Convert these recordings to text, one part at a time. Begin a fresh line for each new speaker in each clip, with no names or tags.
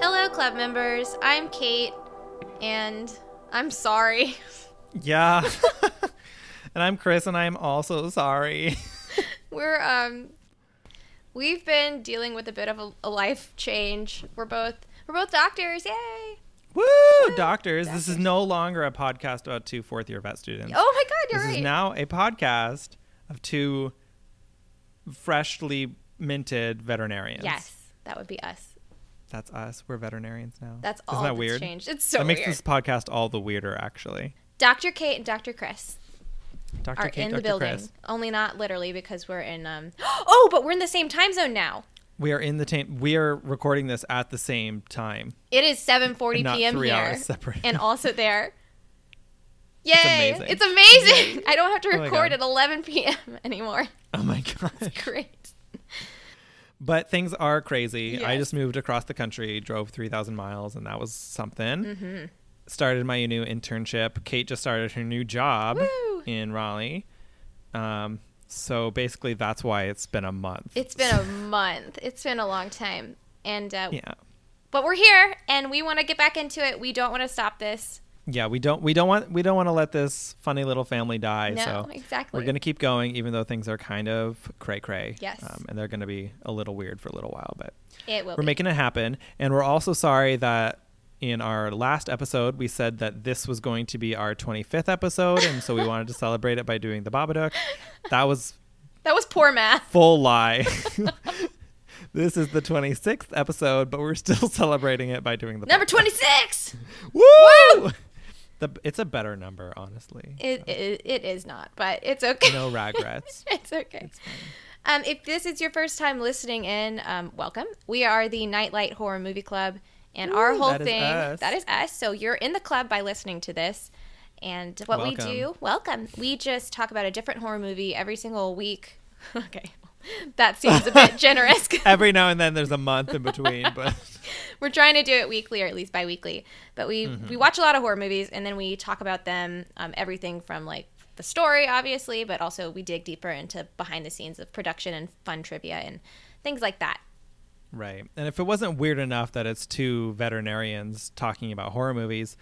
Hello, club members. I'm Kate, and I'm sorry.
Yeah. and I'm Chris, and I'm also sorry.
We're um, we've been dealing with a bit of a, a life change. We're both we're both doctors. Yay! Oh
Woo, doctors. This is no longer a podcast about two fourth year vet students.
Oh my God, you're
this
right.
is now a podcast of two freshly minted veterinarians.
yes, that would be us.
That's us. We're veterinarians now.
That's all
Isn't that
that's
weird?
changed. It's so
that makes
weird.
this podcast all the weirder, actually.
Dr. Kate and Dr. Chris
Dr.
are
Kate,
in
Dr.
the building.
Chris.
Only not literally because we're in um. Oh, but we're in the same time zone now.
We are in the ta- we are recording this at the same time.
It is 7:40
Not
p.m.
three
here,
hours separate.
and also there. Yay!
amazing. Oh
It's amazing. I don't have to
my
record
God.
at 11 p.m. anymore.
Oh my god.
Great.
But things are crazy. I
Yes.
just moved across the country, drove 3,000 miles, and that was something.
Mm-hmm.
Started my new internship. Kate just started her new job
Woo.
in Raleigh. Um, so basically, that's why it's been a month.
It's been a month. It's been a long time, and uh,
yeah,
but we're here, and we want to get back into it. We don't want to stop this.
yeah. We don't we don't want we don't want to let this funny little family die.
No,
so
exactly.
We're gonna keep going, even though things are kind of cray cray.
Yes.
and they're gonna be a little weird for a little while, but
It will.
We're
be.
making it happen. And we're also sorry that in our last episode, we said that this was going to be our 25th episode. And so we wanted to celebrate it by doing the Babadook. That was
that was poor math.
full lie. this is the 26th episode, but we're still celebrating it by doing the
Number
Babadook.
26.
Woo! The, it's a better number, honestly.
It, it it is not, but it's okay.
No regrets.
it's okay. Um, if this is your first time listening in, um, welcome. We are the Nightlight Horror Movie Club, and our
Ooh,
whole
that is
thing
us.
that is us. So you're in the club by listening to this. And what
Welcome.
we do, welcome. We just talk about a different horror movie every single week. okay, that seems a bit generous.
Every now and then there's a month in between, but
We're trying to do it weekly or at least bi-weekly. But we we watch a lot of horror movies and then we talk about them um, everything from like the story obviously, but also we dig deeper into behind the scenes of production and fun trivia and things like that.
Right. And if it wasn't weird enough that it's two veterinarians talking about horror movies,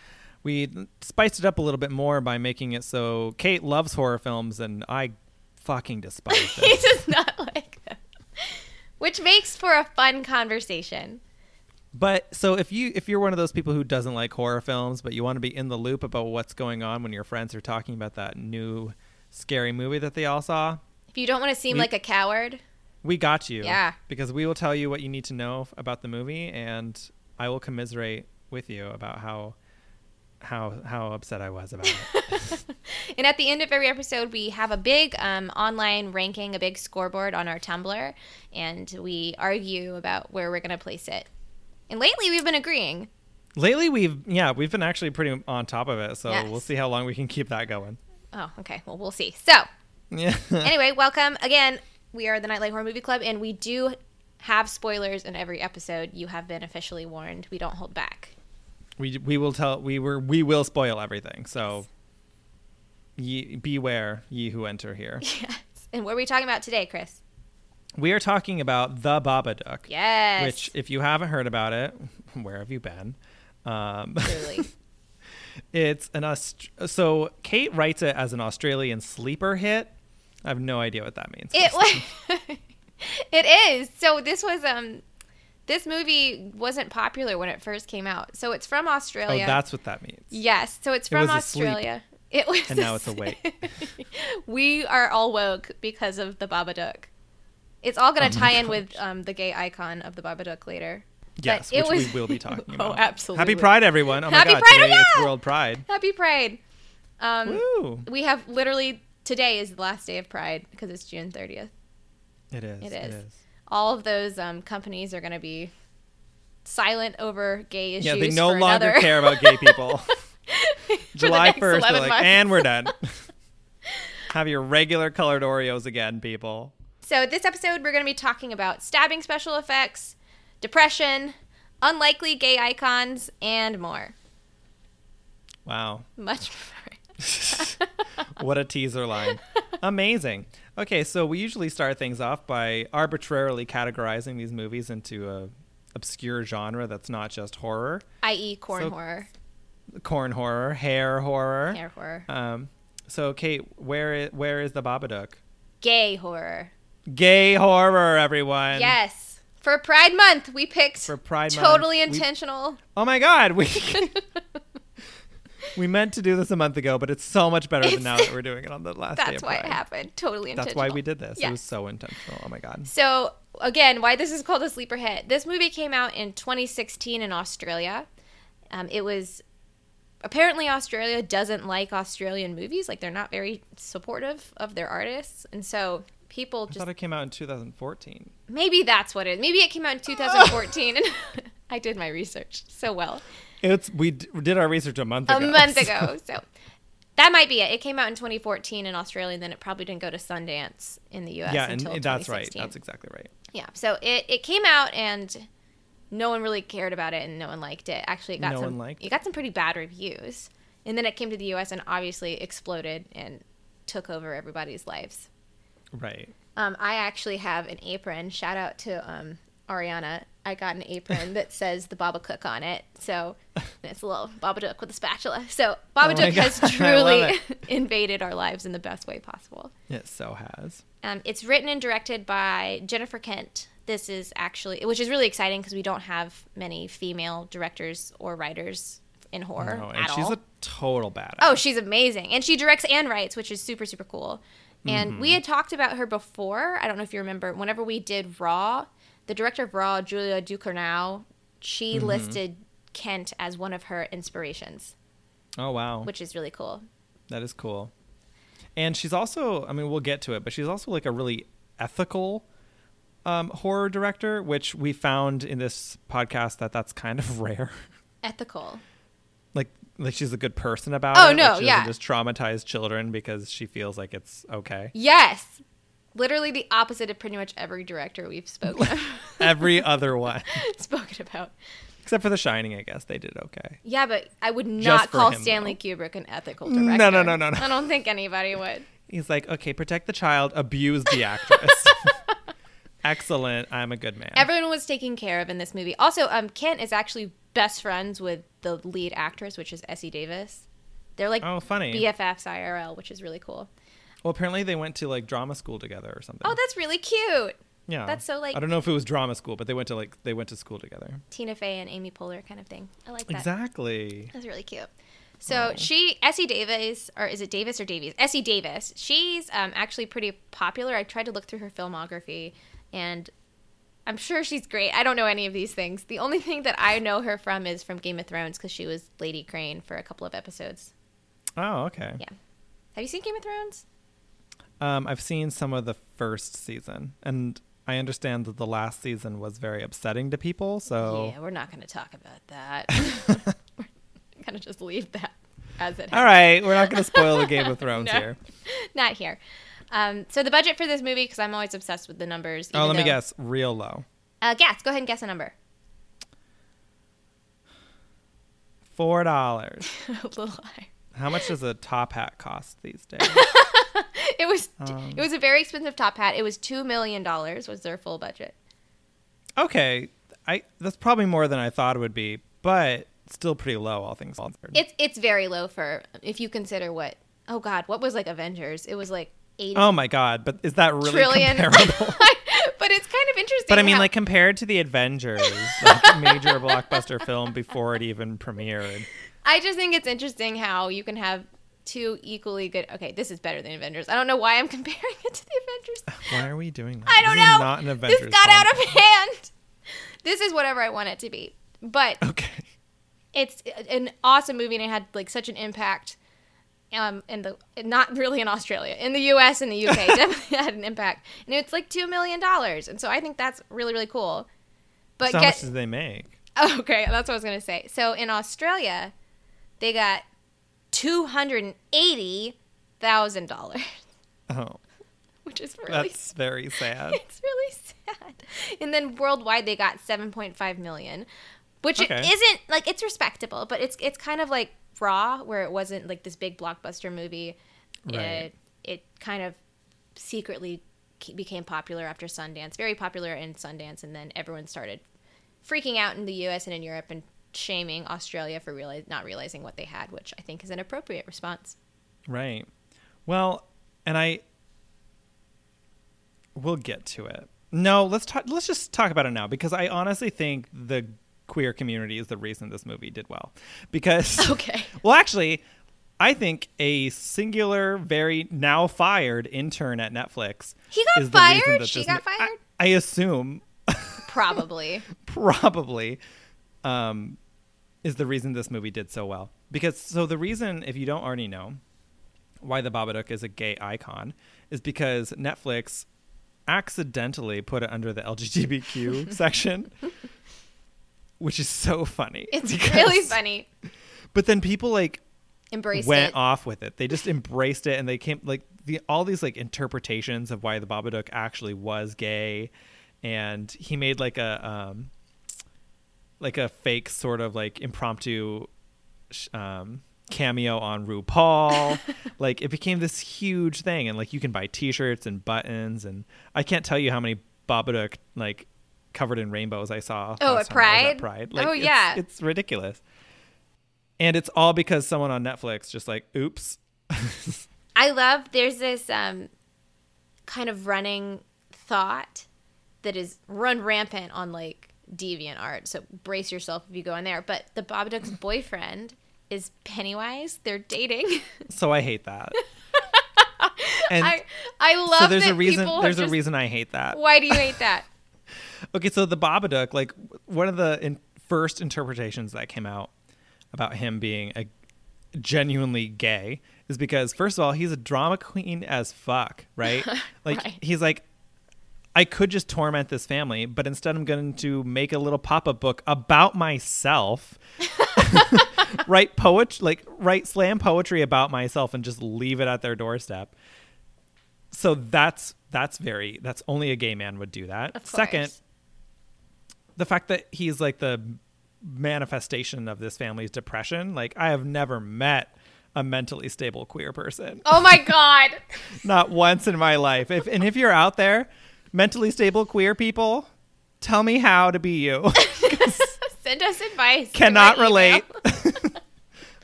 we spiced it up a little bit more by making it so Kate loves horror films and I fucking despise
He
them.
does not like them. Which makes for a fun conversation.
but so if you if you're one of those people who doesn't like horror films but you want to be in the loop about what's going on when your friends are talking about that new scary movie that they all saw,
If you don't want to seem
We-
like a coward,
we got you.
Yeah.
Because we will tell you what you need to know about the movie and I will commiserate with you about how how how upset I was about it.
And at the end of every episode, we have a big um, online ranking, a big scoreboard on our Tumblr, and we argue about where we're going to place it. And lately, we've been agreeing.
Lately, we've yeah, we've been actually pretty on top of it, so
Yes.
we'll see how long we can keep that going.
Oh, okay. Well, we'll see. So,
Yeah,
anyway, welcome again. We are the Nightlight Horror Movie Club, and we do have spoilers in every episode. You have been officially warned. We don't hold back.
we we will tell we were we will spoil everything. So, ye, beware ye who enter here.
Yes. And what are we talking about today, Chris?
we are talking about the Babadook,
Yes.
which if you haven't heard about it, where have you been? Um,
truly.
It's an Aust- so Kate writes it as an Australian sleeper hit. I have no idea what that means.
It was. it is. So this was um, this movie wasn't popular when it first came out. So it's from
oh,
Australia.
that's what that means.
yes. So it's from
was asleep.
Australia. It was.
And now it's awake.
we are all woke because of the Babadook. It's all gonna
Oh my
tie in with um, the gay icon of the Babadook later.
Yes,
it
which
was-
we will be talking
Oh,
about.
absolutely.
Happy Pride, everyone! Oh
Happy
my God,
Pride,
today it's
yeah!
World Pride.
Happy Pride. Um,
Woo!
we have literally today is the last day of Pride because it's June thirtieth.
It is.
It is. all of those um, companies are going to be silent over gay issues.
Yeah, they no
for
longer
another-
care about gay people.
for the
July
next
first, they're
11
like,
months.
and we're done. Have your regular colored Oreos again, people.
So, this episode, we're going to be talking about stabbing special effects, depression, unlikely gay icons, and more.
Wow.
Much more.
what a teaser line. Amazing. Okay, so we usually start things off by arbitrarily categorizing these movies into a obscure genre that's not just horror,
i.e., E corn
So-
horror,
corn horror, hair horror.
hair horror,
Um, so Kate, where is, where is the Babadook?
gay horror.
Gay horror, everyone.
Yes. For Pride Month, we picked
For Pride Month,
totally
we-
intentional.
Oh my God, we we meant to do this a month ago, but it's so much better than
It's-
now that we're doing it on the last day.
That's
of
why it
Pride.
happened. Totally intentional.
That's why we did this.
Yeah.
It was so intentional. Oh my God.
So again, why this is called a sleeper hit? This movie came out in 2016 in Australia. Um, it was apparently Australia doesn't like Australian movies; like they're not very supportive of their artists, and so people
I
just
thought it came out in 2014.
maybe that's what it is. Maybe it came out in 2014, and I did my research so well
It's we d- we did our research a month ago.
a month
so-
ago. So that might be it. It came out in 2014 in Australia, and then it probably didn't go to Sundance in the U.S.
yeah, and
until
and that's right.
2016.
That's exactly right.
Yeah, so it, it came out and no one really cared about it and no one liked it. Actually, it got
No
some
one liked
it got some pretty bad reviews, and then it came to the U.S. and obviously exploded and took over everybody's lives.
Right.
Um, I actually have an apron. Shout out to um, Ariana. I got an apron that says the Baba Cook on it. So and it's a little Babadook with a spatula. So Babadook
Oh God, I
has
love
truly
it.
invaded our lives in the best way possible.
It so has.
Um, it's written and directed by Jennifer Kent. This is actually, which is really exciting because we don't have many female directors or writers in horror
No, Oh, and
at
she's
all.
a total badass.
oh, she's amazing, and she directs and writes, which is super super cool. And we
Mm-hmm.
had talked about her before. I don't know if you remember. Whenever we did Raw, the director of Raw, Julia Ducournau, she
Mm-hmm.
listed Kent as one of her inspirations,
Oh wow,
which is really cool.
that is cool. And she's also, I mean, we'll get to it, but she's also like a really ethical um, horror director, which we found in this podcast that that's kind of rare.
Ethical.
like, like she's a good person about
Oh,
it.
no,
like she
yeah.
doesn't just traumatize children because she feels like it's okay.
Yes, literally the opposite of pretty much every director we've spoken of.
Every other one,
spoken about.
except for The Shining, I guess they did okay.
Yeah, but I would
Just
not
for
call
him,
Stanley Kubrick an ethical
No, no,
director.
no, no, no.
I don't think anybody would.
He's like, okay, protect the child, abuse the actress. Excellent. I'm a good man.
Everyone was taken care of in this movie. Also, um, Kent is actually best friends with the lead actress, which is Essie Davis. They're like
oh, funny.
BFFs IRL, which is really cool.
Well, apparently they went to like drama school together or something.
Oh, that's really cute.
yeah.
that's so, like-
I don't know if it was drama school, but they went to like they went to school together.
Tina Fey and Amy Poehler kind of thing. I like that.
Exactly.
That's really cute. So she, Essie Davis, or is it Davis or Davies? Essie Davis. She's um, actually pretty popular. I tried to look through her filmography, and I'm sure she's great. I don't know any of these things. The only thing that I know her from is from Game of Thrones because she was Lady Crane for a couple of episodes.
Oh, okay.
Yeah. Have you seen Game of Thrones?
Um, I've seen some of the first season, and I understand that the last season was very upsetting to people. So,
Yeah, we're not going to talk about that. we're going to just leave that as it.
all right, we're not going to spoil the Game of Thrones
No.
here.
Not here. Um, so the budget for this movie, because I'm always obsessed with the numbers.
Oh,
even
let me
though-
guess. Real low.
Uh, guess. Go ahead and guess a number.
Four dollars.
a little higher.
How much does a top hat cost these days?
It was
Um.
it was a very expensive top hat. It was two million dollars was their full budget.
okay, I that's probably more than I thought it would be, but still pretty low, all things considered.
It's it's very low for if you consider what oh god what was like Avengers. It was like eighty
Oh my god! But is that really
Trillion.
comparable?
but it's kind of interesting.
but I mean,
how-
like compared to the Avengers, like, major blockbuster film before it even premiered.
I just think it's interesting how you can have two equally good. Okay, this is better than Avengers. I don't know why I'm comparing it to the Avengers.
Why are we doing that?
I don't
This is
know.
Not an Avengers.
this got out
podcast.
of hand. This is whatever I want it to be. But
Okay.
it's an awesome movie and it had like such an impact um in the not really in australia in the us and the uk definitely had an impact and it's like two million dollars and so i think that's really really cool but
So how much
get
did they make?
oh, okay that's what i was gonna say so in australia they got two hundred and eighty thousand dollars
Oh,
which is really
that's very sad.
it's really sad. And then worldwide they got 7.5 million, which it
Okay.
isn't like it's respectable, but it's it's kind of like Raw where it wasn't like this big blockbuster movie.
Right.
It it kind of secretly ke- became popular after Sundance, very popular in Sundance and then everyone started freaking out in the US and in Europe and shaming Australia for realize, not realizing what they had, which I think is an appropriate response.
Right. Well, and I we'll get to it. No, let's talk let's just talk about it now because I honestly think the queer community is the reason this movie did well. Because
Okay.
Well, actually, I think a singular very now fired intern at Netflix
He got
is the reason
fired?
that
She
this
got
I-
fired?
I assume
Probably.
probably um, is the reason this movie did so well. Because so the reason, if you don't already know, why the Babadook is a gay icon is because Netflix accidentally put it under the LGBTQ section, which is so funny.
It's
because-
really funny.
But then people like
Embrace
went
it.
off with it. They just embraced it, and they came like the all these like interpretations of why the Babadook actually was gay, and he made like a um like a fake sort of like impromptu sh- um cameo on RuPaul. like it became this huge thing, and like you can buy T-shirts and buttons, and I can't tell you how many Babadook like covered in rainbows I saw.
Oh, at
last time I
Pride?
was Pride.
Oh,
it's-
yeah.
it's ridiculous. And it's all because someone on Netflix just like, oops.
I love there's this um, kind of running thought that is run rampant on like deviant art. So brace yourself if you go in there. But the Babadook's boyfriend is Pennywise. They're dating.
So I hate that. And
I I love
so there's
that
a reason
people
there's
are
a
just,
reason I hate that.
Why do you hate that?
Okay, so the Babadook, like w- one of the in- first interpretations that came out about him being a genuinely gay is because first of all, he's a drama queen as fuck, right? Like
Right.
he's like I could just torment this family, but instead I'm going to make a little pop-up book about myself. write poetry, like write slam poetry about myself and just leave it at their doorstep. So that's that's very that's only a gay man would do that.
Of
Second,
course.
the fact that he's like the manifestation of this family's depression, like I have never met a mentally stable queer person.
Oh my god.
Not once in my life. If and if you're out there, mentally stable queer people, tell me how to be you.
Send us advice. to
Cannot
our email.
relate.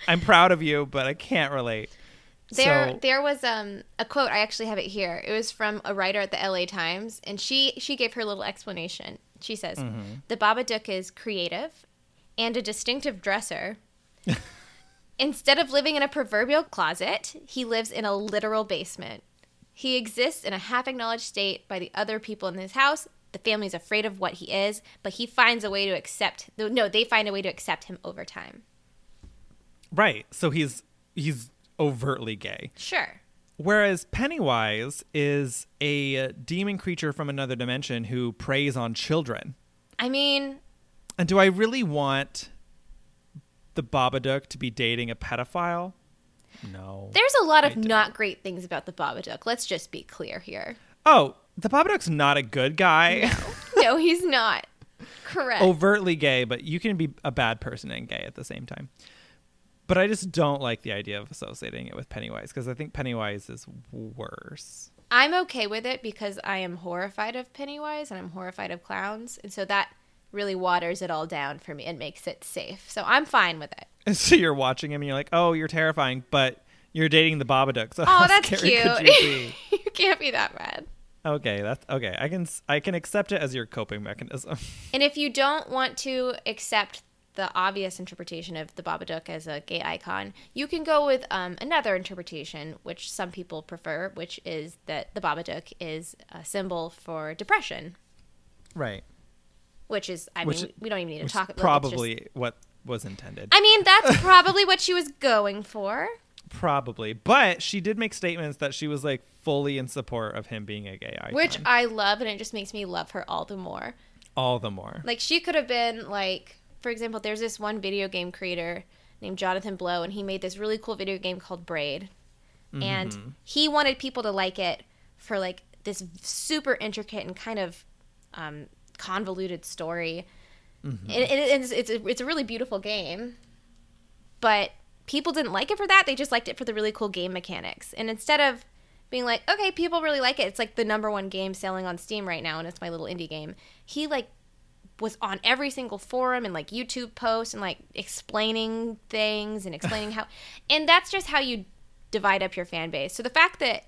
I'm proud of you, but I can't relate.
There,
So-
there was um, a quote. I actually have it here. It was from a writer at the L.A. Times, and she she gave her little explanation. She says, "The Babadook is creative and a distinctive dresser. Instead of living in a proverbial closet, he lives in a literal basement. He exists in a half acknowledged state by the other people in his house. The family's afraid of what he is, but he finds a way to accept. No, they find a way to accept him over time.
Right. So he's he's overtly gay.
Sure,
Whereas Pennywise is a demon creature from another dimension who preys on children.
I mean."
And do I really want the Babadook to be dating a pedophile? No.
There's a lot of
do.
not great things about the Babadook. Let's just be clear here.
oh, the Babadook's not a good guy.
No, he's not. Correct.
overtly gay, but you can be a bad person and gay at the same time. But I just don't like the idea of associating it with Pennywise because I think Pennywise is worse.
I'm okay with it because I am horrified of Pennywise and I'm horrified of clowns. And so that really waters it all down for me and makes it safe. So I'm fine with it.
so you're watching him and you're like, oh, you're terrifying, but you're dating the Babadook. So
Oh,
how
that's
scary could
cute.
you be?
you can't be that mad.
okay, that's okay. I can s- I can accept it as your coping mechanism.
And if you don't want to accept the obvious interpretation of the Babadook as a gay icon, you can go with um, another interpretation, which some people prefer, which is that the Babadook is a symbol for depression,
right.
which is, I
Which-
mean, we don't even need to
Which
talk
is
about
probably what was intended.
I mean, that's probably what she was going for.
probably. But she did make statements that she was like fully in support of him being a gay icon.
Which I love, and it just makes me love her all the more.
all the more.
Like she could have been like, for example, there's this one video game creator named Jonathan Blow, and he made this really cool video game called Braid,
Mm-hmm.
and he wanted people to like it for like this super intricate and kind of um, convoluted story. Mm-hmm. It, it- it's, it's, a, it's a really beautiful game, but people didn't like it for that. They just liked it for the really cool game mechanics. And instead of being like, okay, people really like it, it's like the number one game selling on Steam right now, and it's my little indie game. He like was on every single forum and like YouTube posts and like explaining things and explaining how, and that's just how you divide up your fan base. So the fact that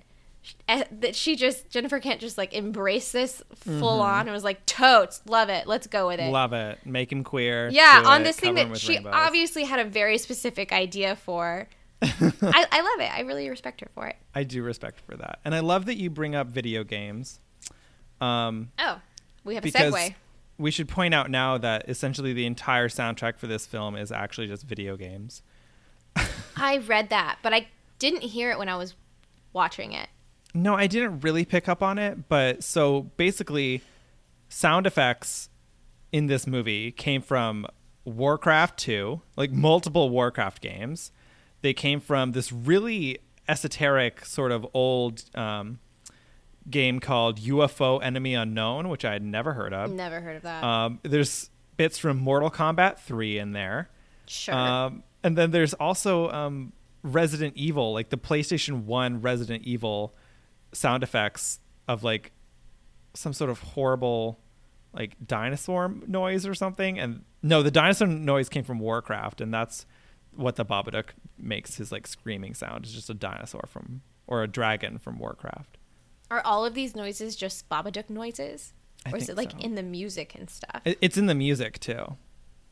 eh, that she just Jennifer Kent just like embraced this full on and was like totes love it let's go with it
Love it. Make him queer.
yeah
Do
on
it.
this thing
Cover him
that
with
she
rainbows.
obviously had a very specific idea for I, I love it i really respect her for it
I do respect for that, and I love that you bring up video games. Um,
oh we have
because
a segue
we should point out now that essentially the entire soundtrack for this film is actually just video games.
i read that but i didn't hear it when i was watching it
No, I didn't really pick up on it, but so basically, sound effects in this movie came from Warcraft 2, like multiple Warcraft games. They came from this really esoteric sort of old um, game called UFO Enemy Unknown, which I had never heard of.
never heard of that
Um, there's bits from Mortal Kombat 3 in there.
sure
Um, and then there's also um, Resident Evil, like the PlayStation 1 Resident Evil sound effects of like some sort of horrible like dinosaur noise or something. And no, the dinosaur noise came from Warcraft, and that's what the Babadook makes his like screaming sound. It's just a dinosaur from or a dragon from Warcraft.
are all of these noises just babadook noises
I
or is
think
it like
so.
in the music and stuff
It- It's in the music too.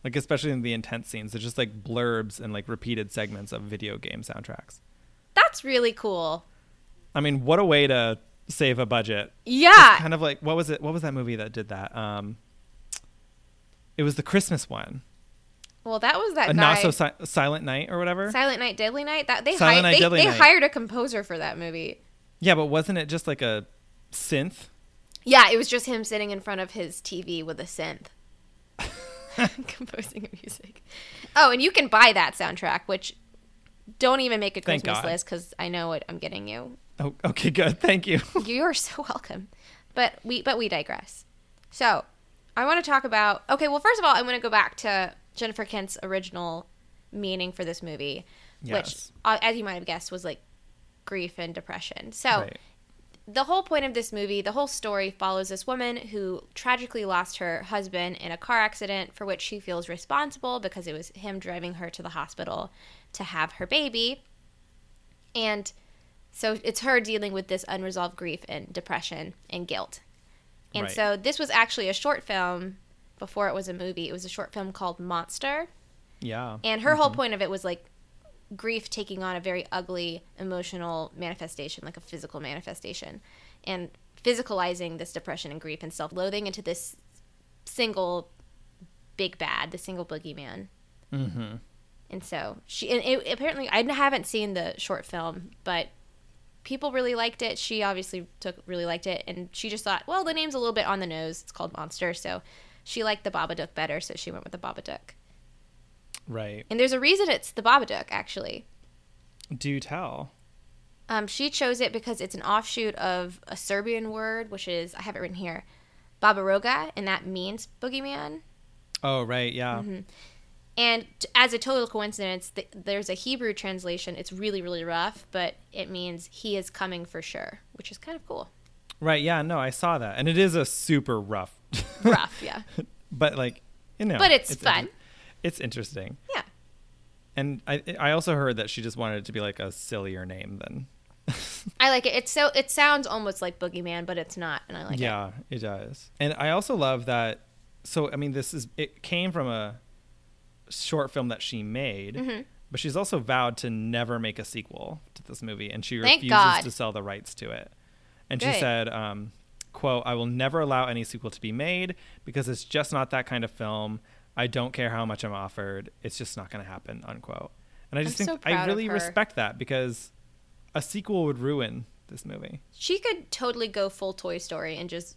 Like especially in the intense scenes, it's just like blurbs and like repeated segments of video game soundtracks.
that's really cool
I mean, what a way to save a budget.
yeah
Kind of like what was it? What was that movie that did that? Um, it was the Christmas one,
well that was
a
that guy
not so si- Silent Night or whatever.
silent night deadly night that they,
Silent
hi-
Night,
they,
Deadly
they
Night.
hired a composer for that movie
yeah, but wasn't it just like a synth?
Yeah, it was just him sitting in front of his TV with a synth, composing music. Oh, and you can buy that soundtrack, which don't even make a
Thank
Christmas
God.
list because I know what I'm getting you.
Oh, okay, good. Thank you.
You're so welcome. But we but we digress. So I want to talk about okay. Well, first of all, I want to go back to Jennifer Kent's original meaning for this movie,
Yes.
which, uh, as you might have guessed, was like grief and depression. So
Right.
the whole point of this movie, the whole story follows this woman who tragically lost her husband in a car accident for which she feels responsible because it was him driving her to the hospital to have her baby. And so it's her dealing with this unresolved grief and depression and guilt. And
Right.
so this was actually a short film before it was a movie. It was a short film called Monster.
Yeah.
And her whole point of it was like grief taking on a very ugly emotional manifestation, like a physical manifestation, and physicalizing this depression and grief and self loathing into this single big bad, the single boogeyman.
Mm-hmm.
And so she, and it, apparently, I haven't seen the short film, but people really liked it. She obviously took really liked it, and she just thought, well, the name's a little bit on the nose. It's called Monster, so she liked the Babadook better, so she went with the Babadook.
Right.
And there's a reason it's the Babadook, actually.
Do tell.
Um, she chose it because it's an offshoot of a Serbian word, which is, I have it written here, Babaroga, and that means boogeyman.
Oh, right. Yeah.
Mm-hmm. And t- as a total coincidence, th- there's a Hebrew translation. It's really, really rough, but it means he is coming for sure, which is kind of cool.
Right. Yeah. No, I saw that, and it is a super rough.
Rough, yeah.
but like, you know.
But it's fun.
inter- it's interesting.
Yeah.
And I I also heard that she just wanted it to be like a sillier name than.
I like it. It's so it sounds almost like boogeyman, but it's not, and I like it.
yeah, it does. And I also love that so I mean this is it came from a short film that she made,
Mm-hmm.
but she's also vowed to never make a sequel to this movie and she
Thank
refuses
God.
to sell the rights to it. And she
Good.
said um quote I will never allow any sequel to be made because it's just not that kind of film. I don't care how much I'm offered. It's just not going to happen unquote. And I just
I'm
think
so proud
I
of
really
her.
respect that because a sequel would ruin this movie.
She could totally go full Toy Story and just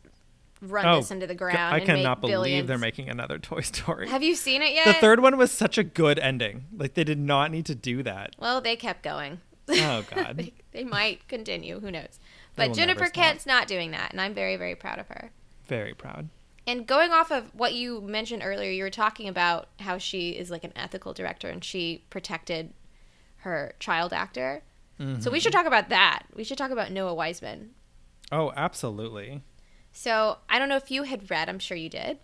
run this into the
go-
ground.
Oh, I
and make
cannot believe
billions.
they're making another Toy Story.
Have you seen it yet?
the third one was such a good ending. Like they did not need to do that.
Well, they kept going.
Oh God.
they, they might continue. Who knows?
They
But
will
Jennifer
never stop.
Kent's not doing that, and I'm very, very proud of her.
Very proud.
And going off of what you mentioned earlier, you were talking about how she is like an ethical director and she protected her child actor. So
Mm-hmm.
we should talk about that. We should talk about Noah Wiseman.
Oh, absolutely.
So I don't know if you had read, I'm sure you did.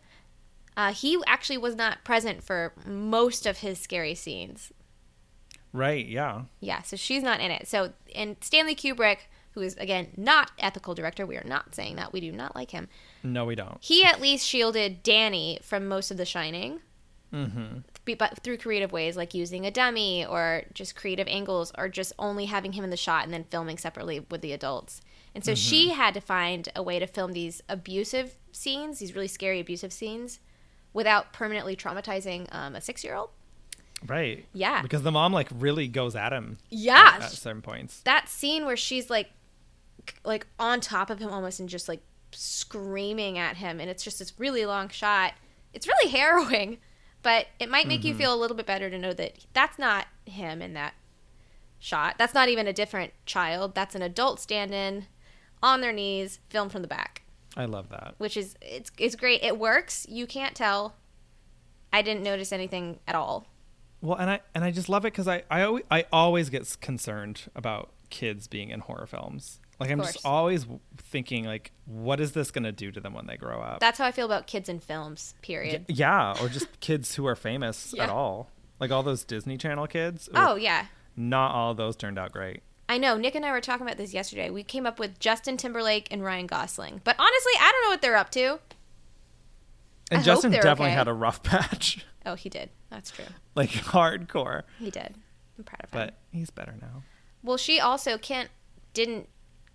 Uh, he actually was not present for most of his scary scenes.
Right. Yeah.
Yeah, so she's not in it. So, and Stanley Kubrick, who is again not ethical director, we are not saying that. We do not like him.
No, we don't.
He at least shielded Danny from most of The Shining.
Mm-hmm.
be- but through creative ways like using a dummy or just creative angles or just only having him in the shot and then filming separately with the adults. And so she had to find a way to film these abusive scenes, these really scary abusive scenes, without permanently traumatizing um, a six year old.
Right.
Yeah.
Because the mom like really goes at him
Yeah.
at certain points.
That scene where she's like, c- like on top of him almost and just like screaming at him. And it's just this really long shot. It's really harrowing, but it might make you feel a little bit better to know that that's not him in that shot. That's not even a different child. That's an adult stand-in on their knees, filmed from the back,
I love that.
which is it's it's great. It works. You can't tell. I didn't notice anything at all.
Well, and I and I just love it because I I always, I always get s- concerned about kids being in horror films. Like I'm
course.
just always w- thinking like, what is this gonna do to them when they grow up?
That's how I feel about kids in films. Period.
yeah, or just kids who are famous
Yeah.
at all. Like all those Disney Channel kids. ooh,
Oh yeah.
not all of those turned out great.
I know. Nick and I were talking about this yesterday. We came up with Justin Timberlake and Ryan Gosling. But honestly, I don't know what they're up to.
And
I hope
Justin
they're
definitely
okay.
had a rough patch,
Oh, he did. That's true.
like hardcore.
He did. I'm proud of him.
But he's better now.
Well, she also can't didn't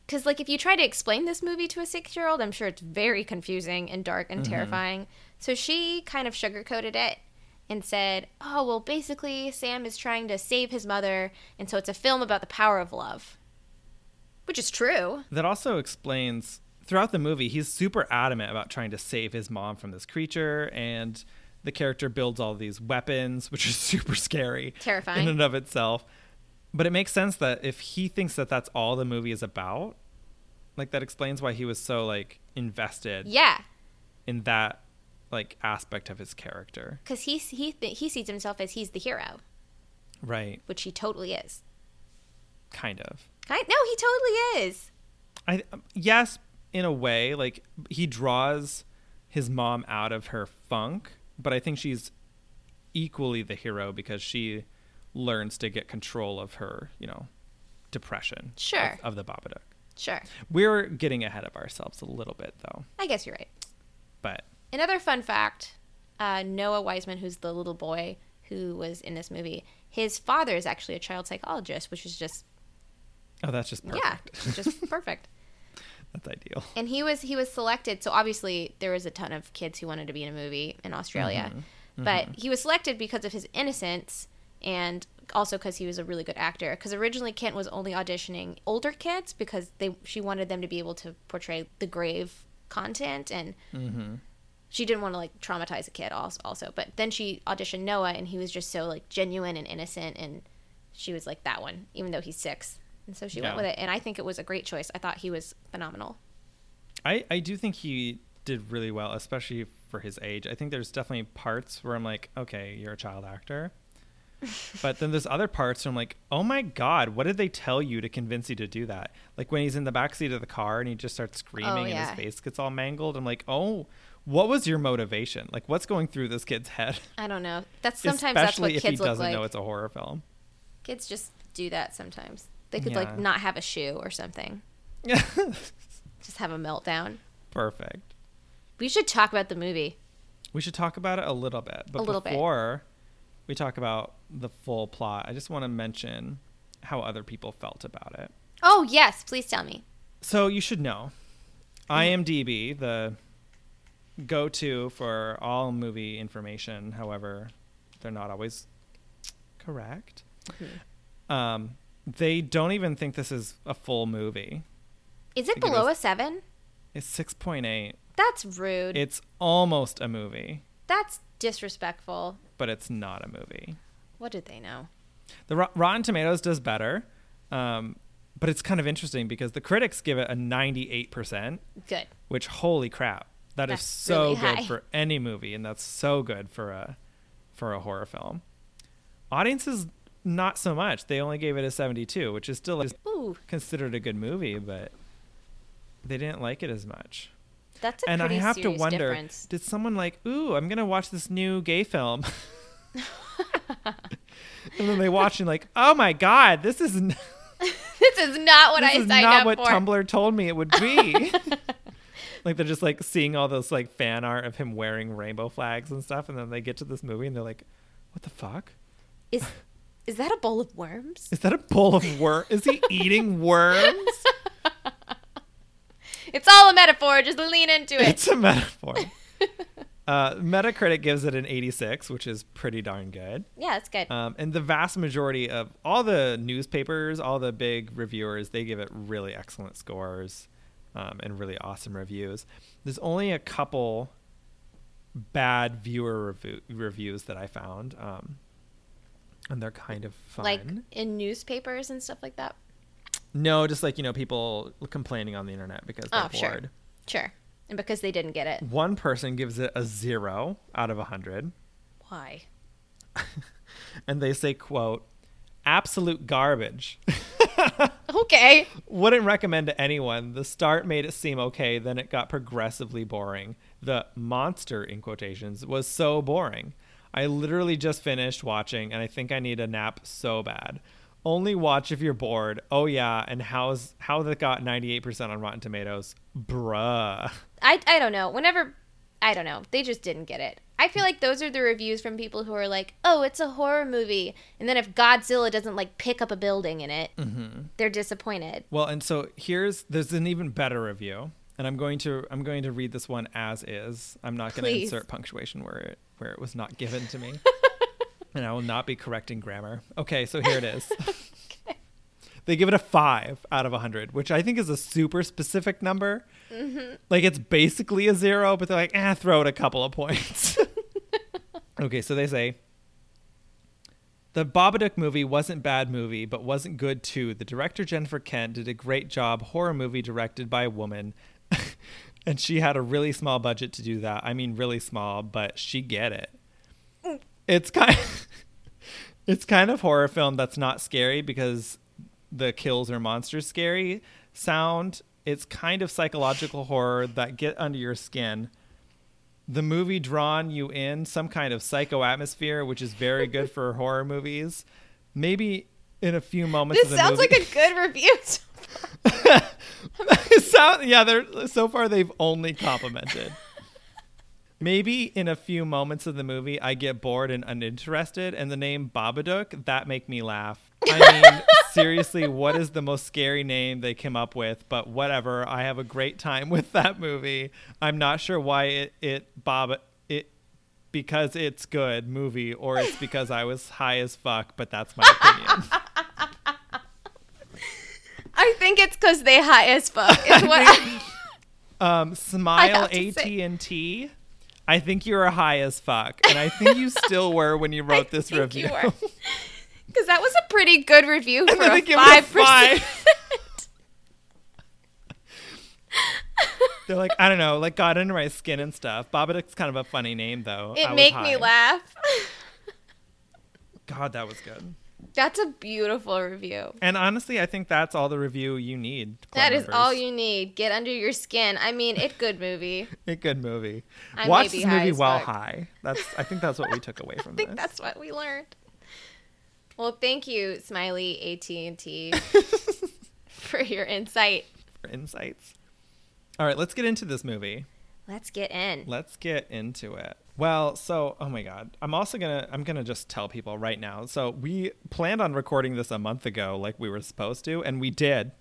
because like if you try to explain this movie to a six year old, I'm sure it's very confusing and dark and terrifying. So she kind of sugarcoated it and said, "Oh well, basically Sam is trying to save his mother, and so it's a film about the power of love," which is true.
That also explains throughout the movie, he's super adamant about trying to save his mom from this creature, and the character builds all these weapons, which is super scary,
Terrifying.
in and of itself. But it makes sense that if he thinks that that's all the movie is about, like that explains why he was so like invested
Yeah,
in that like aspect of his character.
because he he th- he sees himself as he's the hero,
Right,
which he totally is.
kind of.
I, no, he totally is.
I um, yes, in a way, like he draws his mom out of her funk, but I think she's equally the hero because she learns to get control of her, you know, depression. of-
Sure.
Of, the Babadook.
Sure,
We're getting ahead of ourselves a little bit though,
I guess you're right.
but
Another fun fact uh, Noah Wiseman, who's the little boy who was in this movie, his father is actually a child psychologist, which is just,
oh, that's just perfect.
yeah, just perfect.
that's ideal.
And he was he was selected. So obviously there was a ton of kids who wanted to be in a movie in Australia, but he was selected because of his innocence and also because he was a really good actor. Because originally Kent was only auditioning older kids because they she wanted them to be able to portray the grave content and she didn't want to like traumatize a kid als- also but then she auditioned noah and he was just so like genuine and innocent and she was like that one even though he's six and so she went
Yeah.
with it and i think it was a great choice i thought he was phenomenal
I, I do think he did really well, especially for his age. I think there's definitely parts where I'm like, okay, you're a child actor. but then there's other parts where I'm like, oh my God, what did they tell you to convince you to do that? Like when he's in the backseat of the car and he just starts screaming
Oh,
and
yeah.
his face gets all mangled. I'm like, oh, what was your motivation? Like, what's going through this kid's head?
i don't know that's sometimes that's what
especially if he
kids look
doesn't
like
know it's a horror film.
kids just do that sometimes they could
Yeah.
like not have a shoe or something just have a meltdown
Perfect.
we should talk about the movie
We should talk about it a little bit. But
A little bit.
before we talk about the full plot, I just want to mention how other people felt about it.
oh yes please tell me
So you should know IMDb, the go to for all movie information, however, they're not always correct. Mm-hmm. Um, they don't even think this is a full movie.
is it
Think it
below
is-
a seven
It's 6.8.
that's rude
It's almost a movie,
that's disrespectful
but it's not a movie.
what did they know
The Ro- Rotten Tomatoes does better. Um, but it's kind of interesting because the critics give it a 98%,
Good.
which holy crap. that's
That's
so
really
good
high.
for any movie and that's so good for a for a horror film. Audiences not so much. They only gave it a 72, which is still is
Ooh,
considered a good movie, but they didn't like it as much.
that's a
and I
pretty
have to
serious
wonder,
difference.
did someone like, "Ooh, I'm going to watch this new gay film." and then they watch and like, "Oh my god, this is n-
this is not what
this
I
is
signed
not
up
what
for.
Tumblr told me it would be. like they're just like seeing all those like fan art of him wearing rainbow flags and stuff, and then they get to this movie and they're like, "What the fuck?
Is is that a bowl of worms?
Is that a bowl of worm? Is he eating worms?
It's all a metaphor. Just lean into it.
It's a metaphor." Uh, Metacritic gives it an 86, which is pretty darn good.
yeah, it's good.
Um, and the vast majority of all the newspapers, all the big reviewers, they give it really excellent scores um, and really awesome reviews. There's only a couple bad viewer review- reviews that I found, um, and they're kind of fun.
like in newspapers and stuff like that.
no, just like you know, people complaining on the internet because they're
Oh, sure.
bored.
Sure. And because they didn't get it.
One person gives it a zero out of a hundred.
Why?
and they say quote absolute garbage
Okay.
wouldn't recommend to anyone the start made it seem okay then it got progressively boring the monster in quotations was so boring i literally just finished watching and i think i need a nap so bad only watch if you're bored oh yeah and how's how that got 98% on rotten tomatoes bruh
I I don't know. Whenever I don't know. They just didn't get it. I feel like those are the reviews from people who are like, "Oh, it's a horror movie." And then if Godzilla doesn't like pick up a building in it,
Mm-hmm.
they're disappointed.
Well, and so here's there's an even better review, and I'm going to I'm going to read this one as is. I'm not going to
Please.
insert punctuation where it where it was not given to me, and I will not be correcting grammar. Okay, so here it is. They give it a five out of a hundred, which I think is a super specific number. Like it's basically a zero, but they're like, ah, throw it a couple of points. okay, so they say the Babadook movie wasn't bad movie, but wasn't good too. The director Jennifer Kent did a great job horror movie directed by a woman, and she had a really small budget to do that. I mean, really small, but she get it. It's kind, it's kind of horror film that's not scary because the kills or monsters scary sound. It's kind of psychological horror that get under your skin the movie drawn you in some kind of psycho atmosphere, which is very good for horror movies. Maybe in a few moments.
This
of the
sounds
movie,
like a good review.
so, yeah, they're so far they've only complimented. Maybe in a few moments of the movie, I get bored and uninterested, and the name Babadook that make me laugh. I mean, seriously, what is the most scary name they came up with? But whatever, I have a great time with that movie. I'm not sure why it it Baba it because it's good movie, or it's because I was high as fuck. But that's my opinion.
I think it's cuz they high as fuck. Is what
Um, smile
have to
AT
say-
and T. I think you were high as fuck, and I think you still were when you wrote
I
this
think
review.
you were. Because that was a pretty good review for
then
a
they give it a
five percent.
They're like, I don't know, like got under my skin and stuff. Babadook's kind of a funny name, though. I
It
was
make
high.
me laugh.
God, that was good.
That's a beautiful review.
And honestly, I think that's all the review you need. club
That is
members.
all you need. Get under your skin. I mean, it good movie.
A good movie.
I may
Watch
be
this
high
movie
as
while
fuck.
high. That's. I think that's what we took away from
I think
this.
that's what we learned. Well, thank you, Smiley AT and T, for your insight.
For insights. All right, let's get into this movie.
Let's get in.
Let's get into it. Well, so oh my god, I'm also gonna I'm gonna just tell people right now. So we planned on recording this a month ago, like we were supposed to, and we did.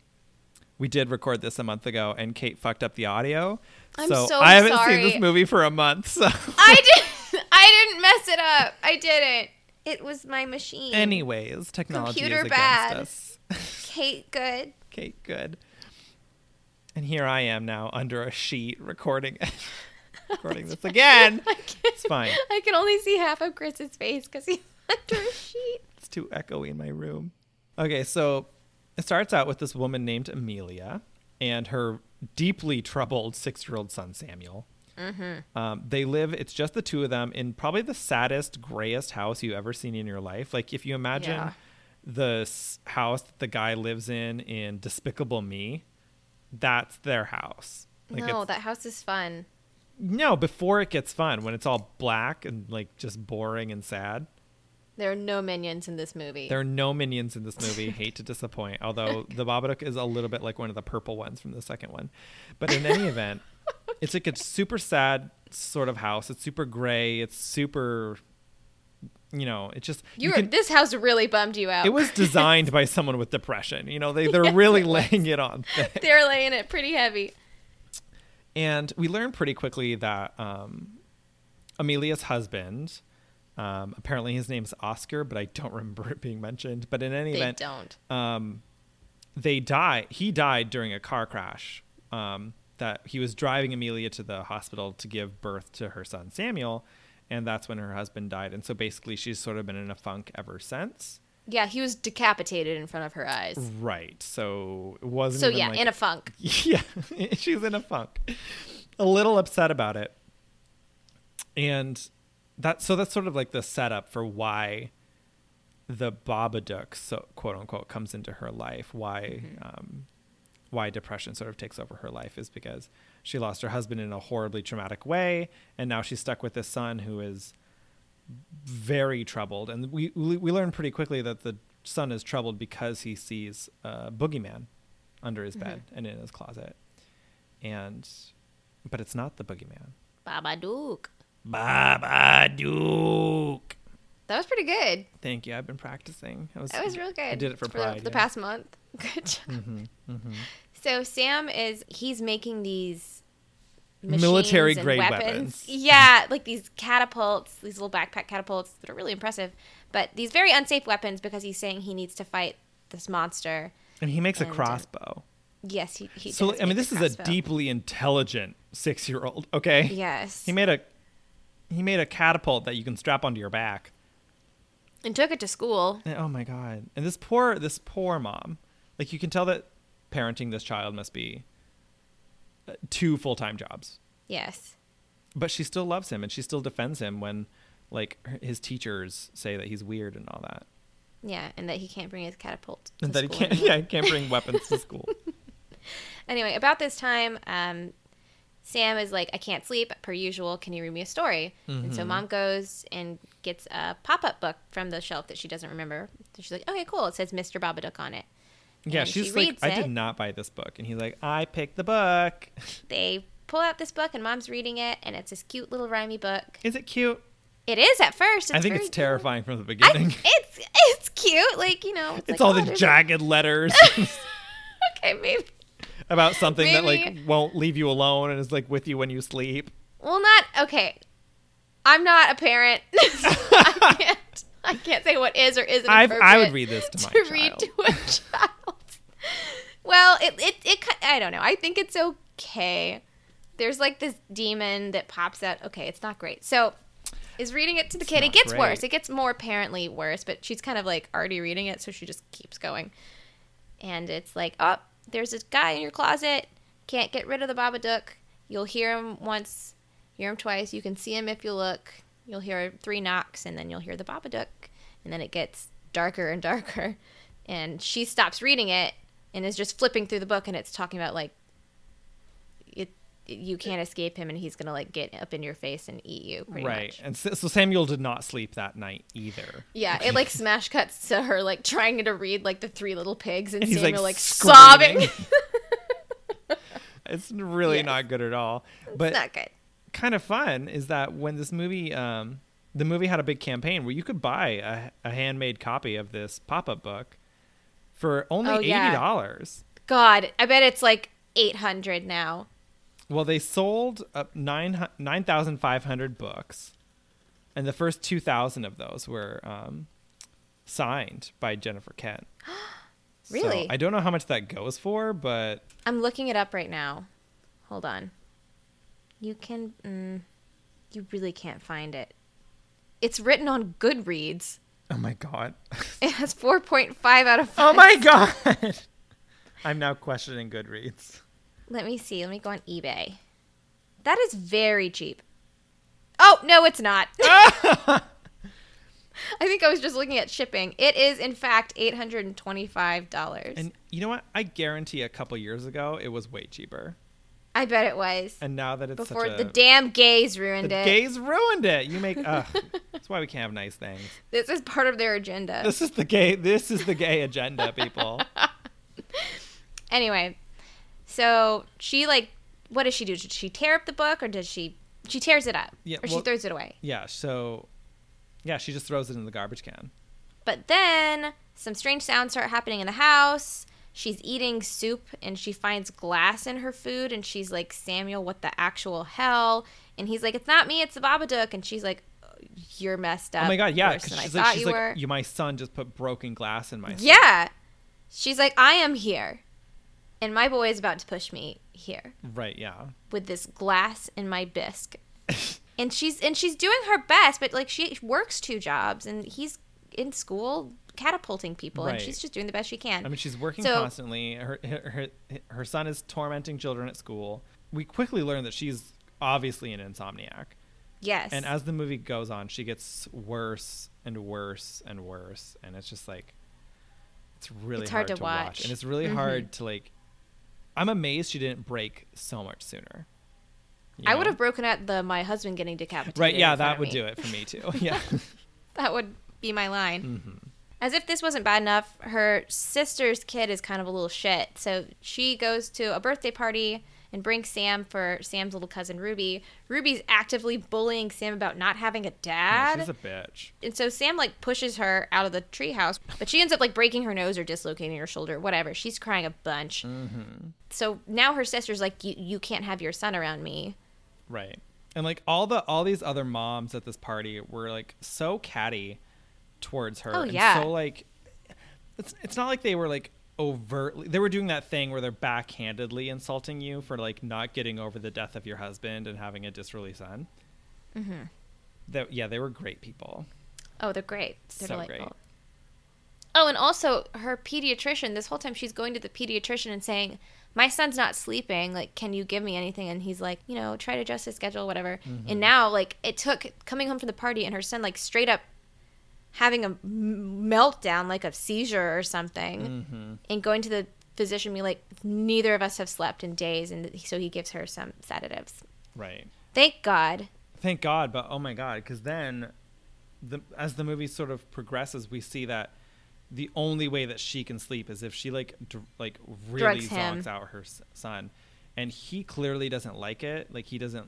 We did record this a month ago, and Kate fucked up the audio.
I'm
so,
so
I haven't seen
sorry.
this movie for a month. So
I did. I didn't mess it up. I didn't. It was my machine.
anyways, technology
Computer
is
bad.
against us.
Kate, good.
Kate, good. And here I am now under a sheet recording recording this again.
I can,
It's fine.
I can only see half of Chris's face because he's under a sheet.
It's too echoey in my room. Okay, so It starts out with this woman named Amelia and her deeply troubled six year old son, Samuel. Mm-hmm. Um, they live, it's just the two of them in probably the saddest, grayest house you've ever seen in your life. Like, if you imagine
Yeah.
the s- house that the guy lives in in Despicable Me, that's their house. Like
no,
it's-
that house is fun.
no, before it gets fun, when it's all black and like just boring and sad.
There are no minions in this movie.
There are no minions in this movie. Hate to disappoint. Although the Babadook is a little bit like one of the purple ones from the second one. But in any event, it's like a super sad sort of house. It's super gray. It's super, you know, it's just.
you were,
can-
this house really bummed you out.
it was designed by someone with depression. You know, they, they're really laying it on thick.
They're laying it pretty heavy.
And we learn pretty quickly that um, Amelia's husband, um, apparently his name's Oscar, but I don't remember it being mentioned. But in any
They
event,
don't.
they die. He died during a car crash. Um, that he was driving Amelia to the hospital to give birth to her son Samuel, and that's when her husband died. And so basically, she's sort of been in a funk ever since.
Yeah, he was decapitated in front of her eyes.
Right. So it wasn't.
So
even
yeah,
like-
in a funk.
yeah, she's in a funk, a little upset about it, and that so that's sort of like the setup for why the Babadook, so quote unquote, comes into her life. Why, um, why depression sort of takes over her life is because she lost her husband in a horribly traumatic way, and now she's stuck with this son who is very troubled. And we we we learn pretty quickly that the son is troubled because he sees a boogeyman under his bed
Mm-hmm.
and in his closet, and but it's not the boogeyman.
Babadook.
Babadook.
That was pretty good.
Thank you. I've been practicing. I was,
That was real good.
I did it for,
the-
pride.
The,
yeah. Mm-hmm,
past month. Good job. So Sam is he's making these machines
Military
and
grade
weapons.
weapons.
Yeah, like these catapults, these little backpack catapults that are really impressive, but these very unsafe weapons because he's saying he needs to fight this monster.
And he makes
And,
a
uh,
crossbow.
Yes, he. he
So
does
I mean,
make
this is a
crossbow.
deeply intelligent six-year-old. Okay.
Yes,
He made a he made a catapult that you can strap onto your back.
and took it to school.
And- oh my god! And this poor this poor mom, like you can tell that parenting this child must be uh, two full time jobs.
Yes,
But she still loves him and she still defends him when, like, her- his teachers say that he's weird and all that.
yeah, and that he can't bring his catapult. To
And that he
school
can't
anymore.
yeah he can't bring weapons to school.
Anyway, about this time, um, Sam is like, I can't sleep, per usual. Can you read me a story? And
Mm-hmm.
so mom goes and gets a pop up book from the shelf that she doesn't remember. So she's like, okay, cool. It says Mr. Babadook on it.
Yeah,
And she
she's like,
reads
I
it.
did not buy this book, and he's like, I picked the book.
They pull out this book, and mom's reading it, and it's this cute little rhymey book.
Is it cute?
It is at first. It's
I think
very
it's terrifying from the
cute. I-
beginning.
it's it's cute, like you know.
it's
like,
all
oh,
the
there's a-
jagged letters
Okay, maybe.
about something that
Maybe-
like won't leave you alone and is like with you when you sleep.
Well, not okay. I'm not a parent. I can't. I can't say what is or isn't.
I I would
appropriate.
read this to my
to
child.
read to a child. well, it, it, it, ki- I don't know. I think it's okay. There's like this demon that pops out. Okay, it's not great. So, is reading it to the kid. It
not
gets worse.
great.
It gets more apparently worse, but she's kind of like already reading it, so she just keeps going. And it's like, oh, there's this guy in your closet. Can't get rid of the Babadook. You'll hear him once, hear him twice. You can see him if you look. You'll hear three knocks, and then you'll hear the Babadook. And then it gets darker and darker. And she stops reading it and is just flipping through the book, and it's talking about like, it, you can't escape him, and he's gonna like get up in your face and eat you. Pretty
right.
Much.
And so, so Samuel did not sleep that night either.
Yeah, it like smash cuts to her like trying to read like the Three Little Pigs, and,
And he's like,
Samuel like, sobbing.
sobbing. it's really
Yes.
not good at all. But
Not good.
kind of fun is that when this movie um, the movie had a big campaign where you could buy a, a handmade copy of this pop-up book for only
Oh, yeah.
$80
God, I bet it's like 800 now.
well they sold up nine hu- 9500 books and the first 2000 of those were um, signed by jennifer kent So
Really?
i don't know how much that goes for but
I'm looking it up right now. Hold on. You can. Mm, you really can't find it. It's written on Goodreads.
Oh my god.
It has 4.5 out of 5.
Oh my god. I'm now questioning Goodreads.
Let me see. Let me go on eBay. That is very cheap. Oh, no, it's not. I think I was just looking at shipping. It is, in fact, $825.
And you know what? I guarantee a couple years ago it was way cheaper.
I bet it was.
And now that it's
Before
such a,
the damn gays
the
ruined it.
gays ruined it. You make ugh. That's why we can't have nice things.
this is part of their agenda.
This is the gay this is the gay agenda, people.
anyway, so she, like, what does she do? Did she tear up the book or does she. She tears it up.
Yeah,
or she
well-
throws it away.
Yeah, so yeah, she just throws it in the garbage can. Oh
But then some strange sounds start happening in the house. She's eating soup and she finds glass in her food and she's like, Samuel, what the actual hell? And he's like, It's not me, it's the Babadook. And she's like, "Oh, You're messed up.
Oh my god, yeah,
worse
because
than I
she's
thought
like, she's
you
like,
were.
you, my son just put broken glass in my.
yeah. She's like, I am here. And my boy is about to push me here
Right. Yeah.
with this glass in my bisque. and she's and she's doing her best, but like she works two jobs and he's in school catapulting people
Right.
and she's just doing the best she can.
I mean, she's working
So-
constantly. Her, her her her son is tormenting children at school. We quickly learn that she's obviously an insomniac,
yes.
and as the movie goes on, she gets worse and worse and worse, and it's just like it's really
It's hard to
watch.
watch. Mm-hmm.
and it's really hard to like. I'm amazed she didn't break so much sooner. You
I
know?
would have broken at the my husband getting decapitated.
Right,
in
yeah,
front
that
of
would
me.
do it for me too. Yeah.
That would be my line.
Mm-hmm.
As if this wasn't bad enough, her sister's kid is kind of a little shit. So she goes to a birthday party and brings Sam for Sam's little cousin Ruby. Ruby's actively bullying Sam about not having a
Yeah,
dad.
she's a bitch.
and so Sam like pushes her out of the treehouse, but she ends up like breaking her nose or dislocating her shoulder, whatever. She's crying a bunch. So now her sister's like, "You you can't have your son around me."
Right. And like all the all these other moms at this party were like so catty towards her.
Oh,
and
yeah.
So like it's it's not like they were like overtly they were doing that thing where they're backhandedly insulting you for like not getting over the death of your husband and having a disorderly son. Mm-hmm. That yeah, they were great people.
Oh, they're great. They're
So
delightful.
great.
Oh, and also her pediatrician, this whole time she's going to the pediatrician and saying, My son's not sleeping. Like, can you give me anything? And he's like, You know, try to adjust his schedule, whatever.
Mm-hmm.
And now, like, it took coming home from the party and her son, like, straight up having a m- meltdown, like a seizure or something,
Mm-hmm.
and going to the physician, be like, Neither of us have slept in days. And so he gives her some sedatives.
Right.
Thank God.
Thank God, but oh my God, because then, the as the movie sort of progresses, we see that the only way that she can sleep is if she like dr- like really
Drugs him.
zonks out her s- son, and he clearly doesn't like it. Like he doesn't,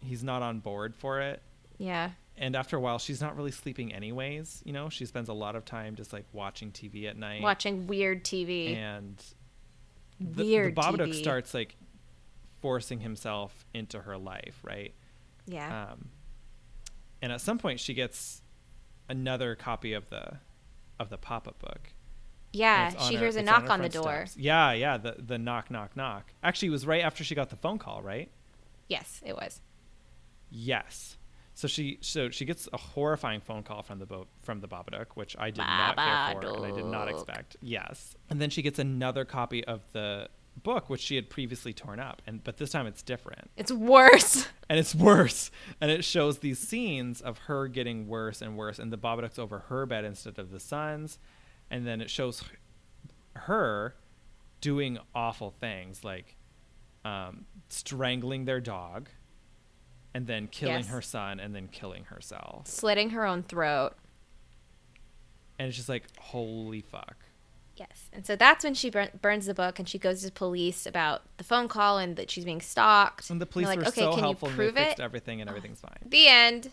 he's not on board for it.
Yeah.
And after a while, she's not really sleeping anyways. You know, she spends a lot of time just like watching TV at night,
Watching weird TV.
and the,
weird
the Babadook
TV.
starts like forcing himself into her life, right?
Yeah.
Um, and at some point, she gets another copy of the of the pop up book.
Yeah,
And it's on
she
her-
hears a
it's her
knock on the
front
door.
steps. Yeah, yeah, the the knock, knock, knock. Actually, it was right after she got the phone call, right?
Yes, it was.
Yes. So she so she gets a horrifying phone call from the bo- from the Babadook, which I did not care for and I did not
Babadook.
expect. Yes. And then she gets another copy of the book which she had previously torn up and but this time it's different.
It's worse.
and it's worse. And it shows these scenes of her getting worse and worse, and the Babadook's over her bed instead of the sun's, and then it shows h- her doing awful things like um, strangling their dog, and then killing
Yes.
her son, and then killing herself.
Slitting her own throat.
And it's just like, holy fuck.
Yes. And so that's when she burn- burns the book and she goes to police about the phone call and that she's being stalked.
And the police
They're
were so helpful, and they fixed everything, and everything's fine.
The end.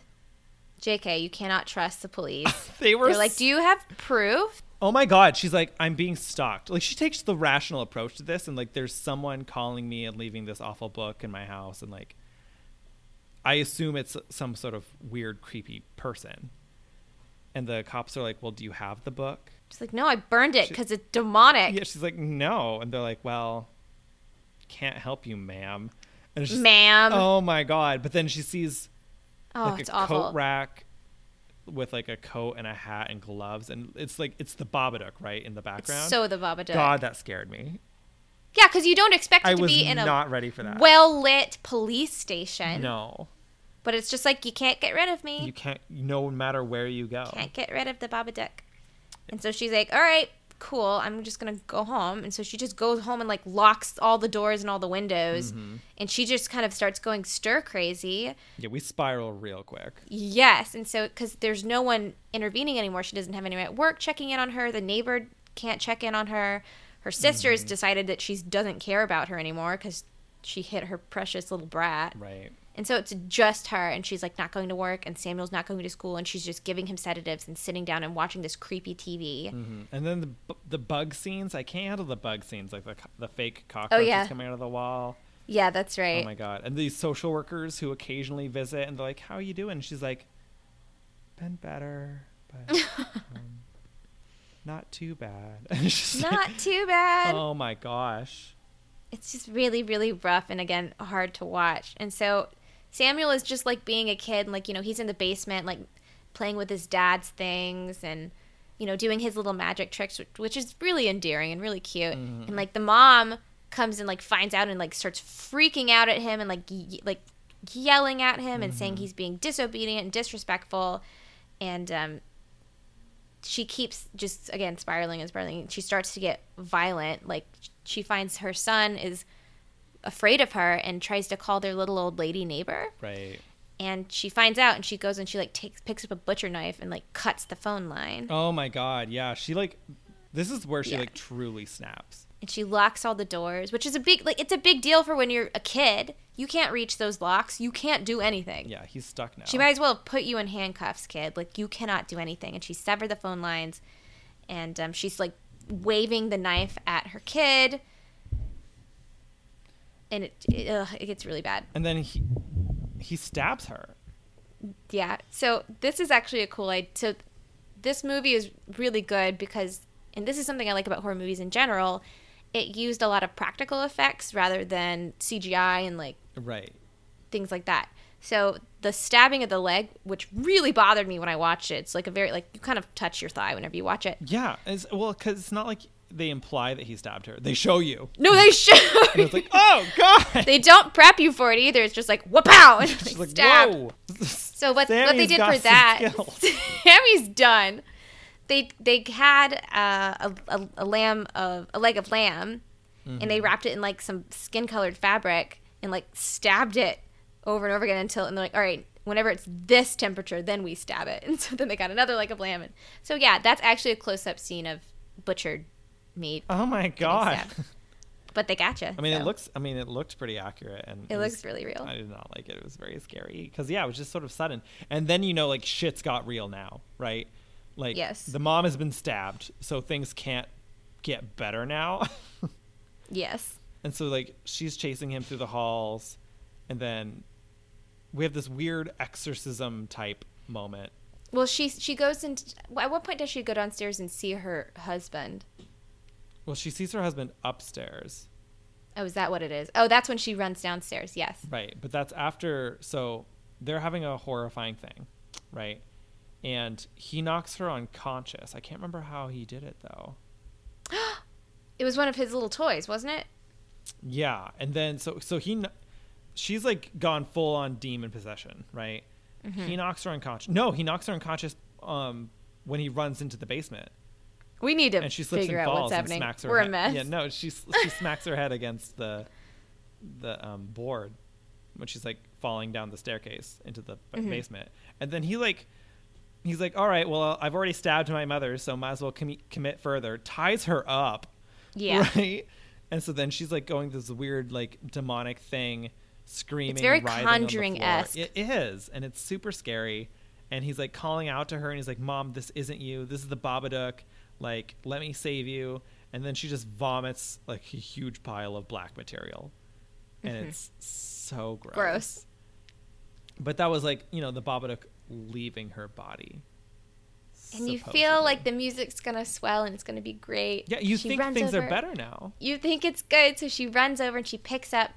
JK, you cannot trust the police.
They were
They're like, do you have proof?
Oh my god, she's like, I'm being stalked. Like she takes the rational approach to this and like there's someone calling me and leaving this awful book in my house and like I assume it's some sort of weird creepy person. And the cops are like, Well, do you have the book?
She's like, no, I burned it
She-
because it's demonic.
Yeah, she's like, No and they're like, Well, can't help you, ma'am. And it's just
Ma'am. Oh,
Oh my god. But then she sees like
it's
a
awful.
coat rack with like a coat and a hat and gloves, and it's like it's the Babadook right in the background.
So the Babadook.
God, that scared me.
Yeah, because you don't expect it
I
to
was
be in a
not ready for that.
well lit police station.
no,
But it's just like you can't get rid of me.
you can't. No matter where you go,
can't get rid of the Babadook. And so she's like, all right, cool. I'm just going to go home. And so she just goes home and like locks all the doors and all the windows. And she just kind of starts going stir crazy.
yeah, we spiral real quick.
Yes. And so, because there's no one intervening anymore, she doesn't have anyone at work checking in on her. The neighbor can't check in on her. Her sister's decided that she doesn't care about her anymore because she hit her precious little brat.
Right.
And so it's just her, and she's like not going to work, and Samuel's not going to school, and she's just giving him sedatives and sitting down and watching this creepy TV.
Mhm. And then the bu- the bug scenes. I can't handle the bug scenes, like the co- the fake cockroaches
Oh, yeah.
coming out of the wall.
Yeah, that's
Oh
right.
my god! And these social workers who occasionally visit, and they're like, "How are you doing?" She's like, "Been better, but um, not too bad." And it's just like,
not too bad.
oh my gosh!
It's just really, really rough, and again, hard to watch. And so Samuel is just like being a kid, and like, you know, he's in the basement, like playing with his dad's things and, you know, doing his little magic tricks, which, which is really endearing and really cute. And like the mom comes and like finds out and like starts freaking out at him and like, ye- like, yelling at him and saying he's being disobedient and disrespectful and um, she keeps just again spiraling and spiraling. She starts to get violent. Like she finds her son is afraid of her and tries to call their little old lady neighbor.
Right.
And she finds out and she goes and she like takes picks up a butcher knife and like cuts the phone line.
Oh my god! Yeah, she like. This is where she
Yeah.
like truly snaps.
And she locks all the doors, which is a big like it's a big deal for when you're a kid. You can't reach those locks. You can't do anything.
Yeah, he's stuck now.
She might as well have put you in handcuffs, kid. Like you cannot do anything. And she severed the phone lines, and um, she's like waving the knife at her kid, and it it, ugh, it gets really bad.
and then he he stabs her.
Yeah. So this is actually a cool idea. So this movie is really good because, and this is something I like about horror movies in general. It used a lot of practical effects rather than CGI and like
Right.
things like that. So the stabbing of the leg, which really bothered me when I watched it, it's like a very like you kind of touch your thigh whenever you watch it.
Yeah. It's, well, because it's not like they imply that he stabbed her. They show you.
No, they should.
And it's like, oh god.
they don't prep you for it either. It's just like whapow, and
She's
like,
like,
stabbed.
whoa.
So what what they
Sammy's
did
got
for
some
that?
skills.
Sammy's done. They they had uh, a, a a lamb of a leg of lamb, and
Mm-hmm.
they wrapped it in like some skin colored fabric and like stabbed it over and over again until and they're like, all right, whenever it's this temperature, then we stab it. And so then they got another leg of lamb. And so yeah, that's actually a close up scene of butchered meat,
Oh my god.
stabbed. but they gotcha.
I mean, it looks. I mean, it looked pretty accurate, and
it
was-
looks really real.
I did not like it. It was very scary because yeah, it was just sort of sudden. And then you know, like shit's got real now, right? Like
Yes.
the mom has been stabbed, so things can't get better now.
yes.
and so like she's chasing him through the halls, and then we have this weird exorcism type moment.
Well, she she goes and at what point does she go downstairs and see her husband?
Well, she sees her husband upstairs,
Oh, is that what it is? Oh, that's when she runs downstairs. Yes.
Right, but that's after. So they're having a horrifying thing, right? And he knocks her unconscious. I can't remember how he did it though.
It was one of his little toys, wasn't it?
Yeah, and then so so he, kn- she's like gone full on demon possession, right? He knocks her unconscious. No, he knocks her unconscious um, when he runs into the basement,
We need to
and she slips
figure
and
out
falls
what's
and
happening.
smacks her.
We're
head.
a mess.
Yeah, no, she s- she smacks her head against the the um, board when she's like falling down the staircase into the b-
Mm-hmm.
basement, and then he like he's like, "All right, well, I've already stabbed my mother, so might as well commi- commit further." Ties her up,
Yeah.
right. And so then she's like going through this weird like demonic thing, screaming.
very
writhing on the
Conjuring-esque.
floor. It is, and it's super scary. And he's like calling out to her, and he's like, "Mom, this isn't you. This is the Babadook. Like, let me save you." And then she just vomits like a huge pile of black material, and it's so gross.
Mm-hmm. Gross.
But that was like you know the Babadook leaving her body.
And you
supposedly.
feel like the music's gonna swell and it's gonna be great.
yeah, you
She
think
runs
things are
over-
better now.
You think it's good, so she runs over and she picks up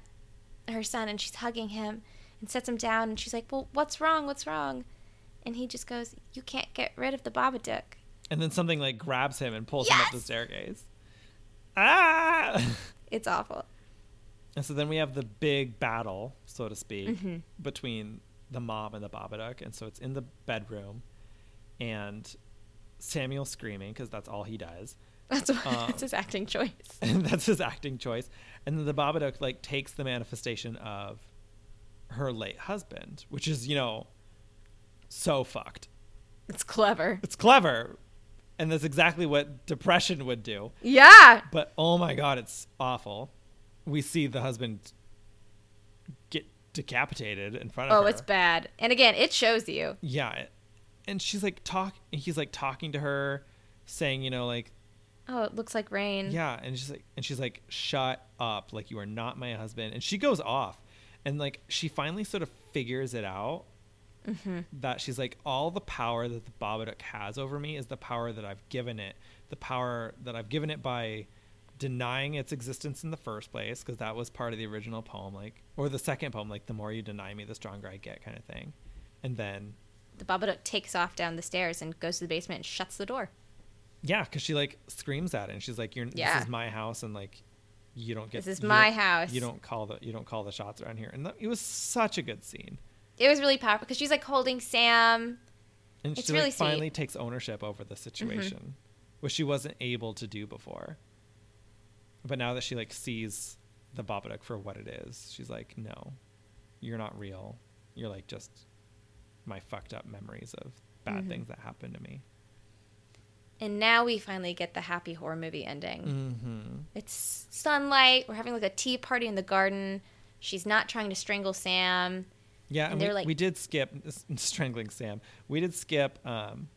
her son and she's hugging him and sets him down and she's like, "Well, what's wrong? What's wrong?" and he just goes, "You can't get rid of the Babadook."
And then something like grabs him and pulls him up the
Yes!
staircase. Ah!
It's awful.
And so then we have the big battle, so to speak, between the mom and the Babadook. And so it's in the bedroom, and Samuel screaming because that's all he does.
That's what,
Um,
that's his acting choice.
And that's his acting choice. And then the Babadook like takes the manifestation of her late husband, which is you know so fucked.
It's clever.
It's clever, and that's exactly what depression would do.
Yeah.
But oh my god, it's awful. We see the husband get decapitated in front of
Oh,
her.
it's bad. And again, it shows you.
Yeah, and she's like talk. and He's like talking to her, saying you know like
Oh, it looks like rain.
yeah, and she's like and she's like shut up, like you are not my husband. And she goes off, and like she finally sort of figures it out. That she's like, all the power that the Babadook has over me is the power that I've given it. The power that I've given it by denying its existence in the first place, because that was part of the original poem, like, or the second poem, like, the more you deny me, the stronger I get, kind of thing. And then
The Babadook takes off down the stairs and goes to the basement and shuts the door.
Yeah, because she like screams at it, and she's like, "You're
Yeah.
this is my house, and like, you don't get
This is
you
my
don't-
house."
You don't call the you don't call the shots around here." And that, it was such a good scene,
It was really powerful because she's like holding Sam.
and
It's
she
really
like
sweet. Mm-hmm.
finally takes ownership over the situation, which she wasn't able to do before. But now that she like sees the Babadook for what it is, she's like, "No, you're not real. You're like just my fucked up memories of bad
Mm-hmm.
things that happened to me."
And now we finally get the happy horror movie ending.
Mm-hmm.
It's sunlight. We're having like a tea party in the garden. She's not trying to strangle Sam.
Yeah,
And
and,
they're
we,
like-
we did skip strangling Sam. We did skip um,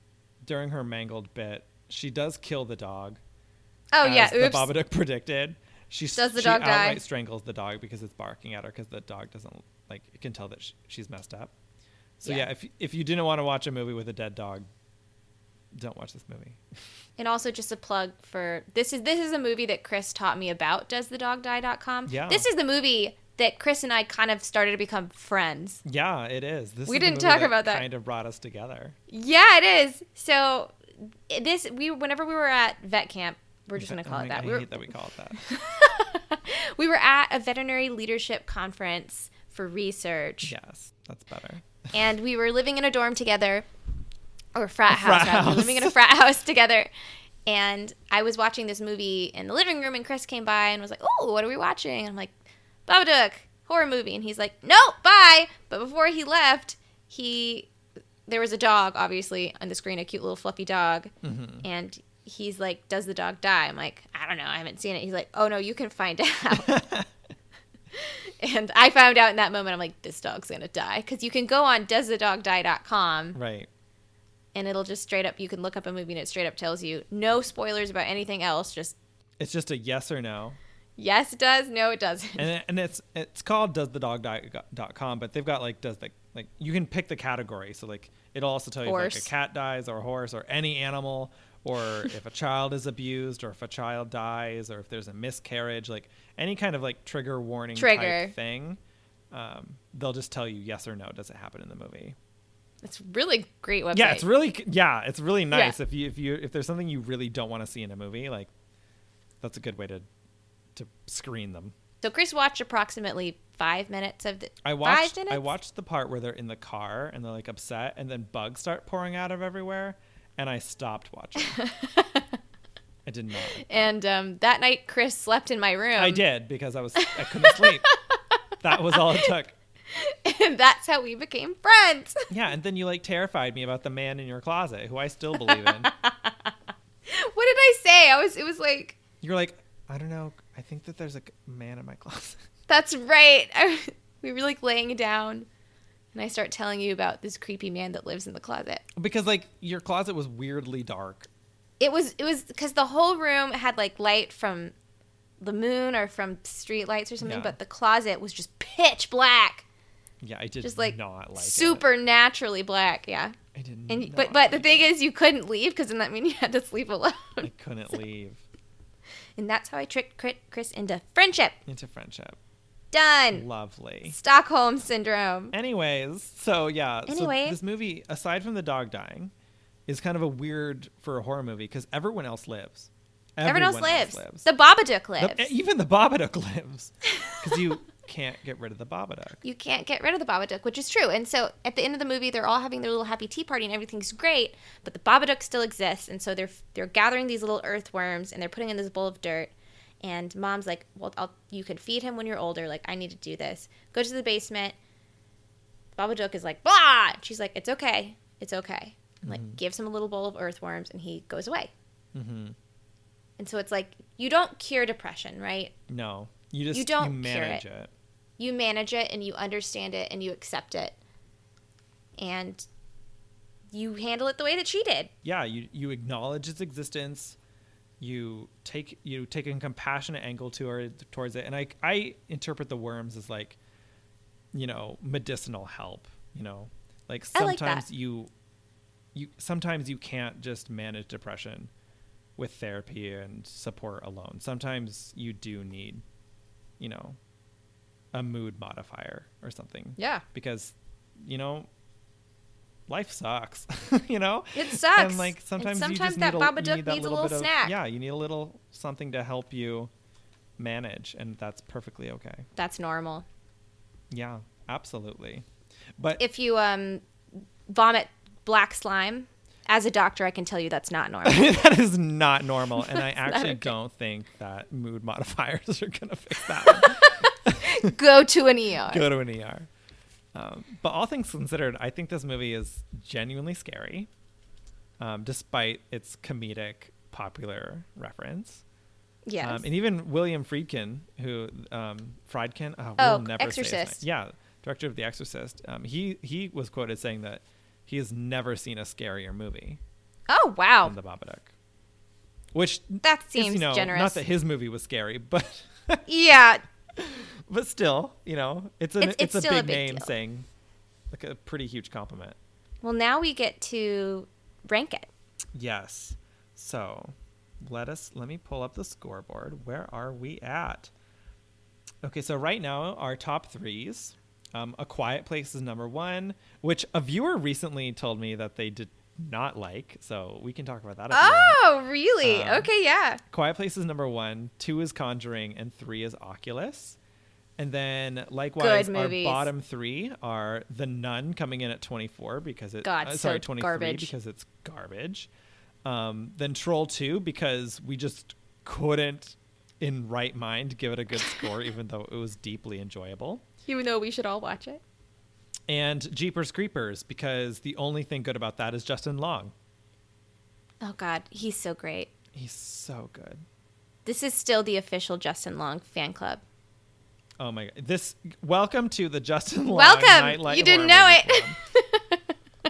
during her mangled bit. She does kill the dog.
Oh
as
yeah,
the
oops.
Babadook predicted. She s-
Does the
she
dog die?
outright strangles the dog because it's barking at her because the dog doesn't like it can tell that sh she's messed up. So
Yeah.
yeah. if if you didn't want to watch a movie with a dead dog, don't watch this movie.
and also just a plug for this is this is a movie that Chris taught me about doesthedogdie.com.
Yeah.
This is the movie that Chris and I kind of started to become friends.
Yeah, it is. This
We
is the
didn't
movie
talk about that.
Kind of brought us together.
Yeah, it is. So this we whenever we were at vet camp, we're just going to
Oh
call
my
it that.
God,
We
I
were,
hate that we call it that.
we were at a veterinary leadership conference for research.
yes, that's better.
and we were living in a dorm together or frat house,
frat
rather. We were
house.
living in a frat house together and i was watching this movie in the living room and chris came by and was like oh what are we watching and i'm like babadook horror movie and he's like no bye but before he left he there was a dog obviously on the screen a cute little fluffy dog
Mm-hmm.
and he's like does the dog die i'm like i don't know i haven't seen it he's like oh no you can find out and I found out in that moment, I'm like, this dog's going to die. Because you can go on doesthedogdie.com
Right.
and it'll just straight up, you can look up a movie and it straight up tells you no spoilers about anything else. Just
It's just a yes or no.
yes, it does. No, it doesn't.
and, it- and it's it's called does the dog dot com but they've got like does the like you can pick the category so like it'll also tell you if like
Horse.
a cat dies or a horse or any animal or if a child is abused or if a child dies or if there's a miscarriage like any kind of like trigger warning
Trigger.
type thing um, they'll just tell you yes or no does it happen in the movie
It's really great website.
yeah it's really c- yeah it's really nice if you if you if there's something you really don't want to see in a movie like that's a good way to to screen them
so Chris watched approximately five minutes of the.
I watched.
Five minutes?
I watched the part where they're in the car and they're like upset, and then bugs start pouring out of everywhere, and I stopped watching. I did not.
And um, that night, Chris slept in my room.
I did because I was. I couldn't sleep. that was all it took.
And that's how we became friends.
Yeah, and then you like terrified me about the man in your closet, who I still believe in.
what did I say? I was, it was like,
You're like, I don't know. I think that there's a g- man in my closet.
That's right. I, we were like laying down, and I start telling you about this creepy man that lives in the closet.
Because like your closet was weirdly dark.
It was it was because the whole room had like light from the moon or from street lights or something,
Yeah.
but the closet was just pitch black,
Yeah, I did
just like,
not like it.
supernaturally black. Yeah,
I did
and
not
but but the
like
thing
it.
is, you couldn't leave because then that mean you had to sleep alone,
I couldn't leave
and that's how I tricked Crit- Chris into friendship.
into friendship.
Done.
Lovely.
Stockholm syndrome.
Anyways, so yeah. so
Anyway.
this movie, aside from the dog dying, is kind of a weird for a horror movie because everyone else lives.
Everyone, else, lives. The Babadook
The- eh,
lives.
even the Babadook lives because you can't get rid of the Babadook.
you can't get rid of the Babadook, which is true. And so at the end of the movie, they're all having their little happy tea party and everything's great, but the Babadook still exists. And so they're they're gathering these little earthworms and they're putting in this bowl of dirt. And mom's like, "Well, I'll, you can feed him when you're older. Like, I need to do this. Go to the basement." Babadook is like, "Blah." And She's like, "It's okay. It's okay." And, Like, gives him a little bowl of earthworms, and he goes away.
Mm-hmm.
And so it's like you don't cure depression, right?
No, you just
You don't cure
manage
it.
it.
you manage it and you understand it and you accept it and you handle it the way that she did
Yeah, you you acknowledge its existence. You take you take a compassionate angle to her towards it, and I I interpret the worms as like, you know, medicinal help. You know, like
I like
sometimes
that.
you you sometimes you can't just manage depression with therapy and support alone. Sometimes you do need, you know, a mood modifier or something.
yeah
because you know life sucks you know
It sucks.
and like
And
sometimes, you
sometimes
just
that
need a, you
Babadook
need that
needs a little
little, bit of-
snack.
yeah you need a little something to help you manage and that's perfectly okay
that's normal
yeah absolutely but
if you um vomit black slime as a doctor i can tell you that's not normal
that is not normal and i
not
actually
okay.
don't think that mood modifiers are gonna fix that one.
go to an er
go to an er um, but all things considered i think this movie is genuinely scary um, despite its comedic popular reference
yes
Um, and even William Friedkin, who um, Friedkin, oh,
Oh,
we'll never say his
Exorcist.
name. Yeah, director of The Exorcist. Um, he he was quoted saying that he has never seen a scarier movie
oh wow
than The Babadook, which
that
is,
seems
you know,
generous
Not that his movie was scary, but
yeah
but still, you know, it's a
It's-
it's,
it's
a
still a
big
big
name
deal.
saying like a pretty huge compliment.
well now we get to rank it
Yes. So let us let me pull up the scoreboard. Where are we at? Okay, so right now our top threes. Um, a Quiet Place is number one, which a viewer recently told me that they did not like. So we can talk about that. if you want.
oh really
Um,
okay yeah
Quiet Place is number one. Two is Conjuring, and three is Oculus. And then likewise,
Good
our
movies.
bottom three are The Nun coming in at twenty four because it
God,
uh, sorry
so
twenty three
garbage.
because it's garbage. Um, then Troll two because we just couldn't in right mind give it a good score even though it was deeply enjoyable.
even though we should all watch it
And Jeepers Creepers because the only thing good about that is Justin Long.
oh god he's so great
He's so good.
This is still the official Justin Long fan club.
Oh my god! This welcome to the Justin Long
Welcome.
Nightlight
You didn't
Horror
know
Movie
it.
Club.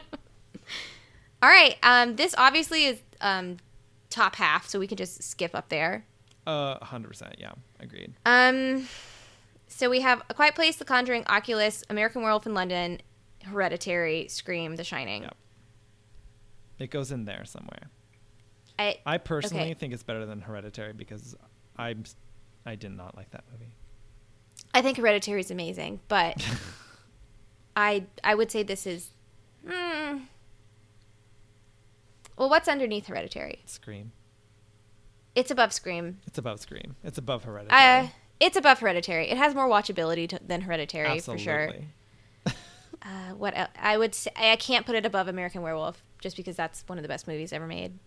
All right, um, this obviously is um, top half, so we can just skip up there.
Uh, hundred percent. Yeah, agreed.
Um, so we have A Quiet Place, The Conjuring, Oculus, American Werewolf in London, Hereditary, Scream, The Shining.
Yep. It goes in there somewhere.
I,
I personally
Okay.
think it's better than Hereditary because I'm, s- I did not like that movie.
I think Hereditary is amazing, but I I would say this is. Mm, well, what's underneath Hereditary?
Scream.
It's above Scream.
It's above Scream. It's above Hereditary.
Uh, it's above Hereditary. It has more watchability to, than Hereditary
Absolutely.
for sure. Uh, what el I would say, I can't put it above American Werewolf just because that's one of the best movies ever made.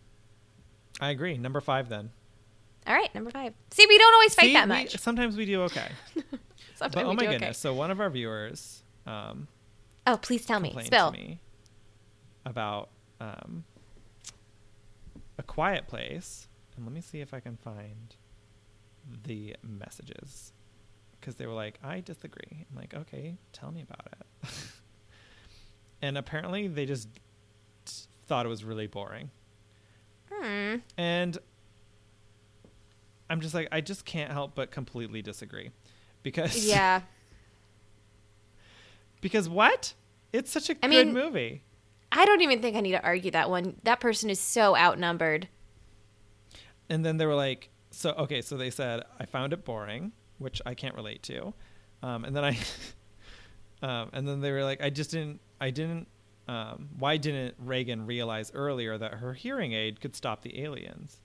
I agree. Number five then.
All right, number five. See, we don't always fight
See,
that
we-
much.
sometimes we do okay.
Sometimes
but oh
we
my
do okay.
goodness! So one of our viewers, um,
Oh, please tell me.
complained
Spill.
to me about um, a quiet place. And let me see if I can find the messages because they were like, "I disagree." I'm like, "Okay, tell me about it." and apparently, they just t- thought it was really boring,
Hmm.
and I'm just like, I just can't help but completely disagree because
Yeah.
because what? It's such a
I
good
mean,
movie.
I don't even think I need to argue that one. That person is so outnumbered.
and then they were like so okay so they said i found it boring which i can't relate to Um, and then I, um, and then they were like, I just didn't, I didn't, um, why didn't Reagan realize earlier that her hearing aid could stop the aliens?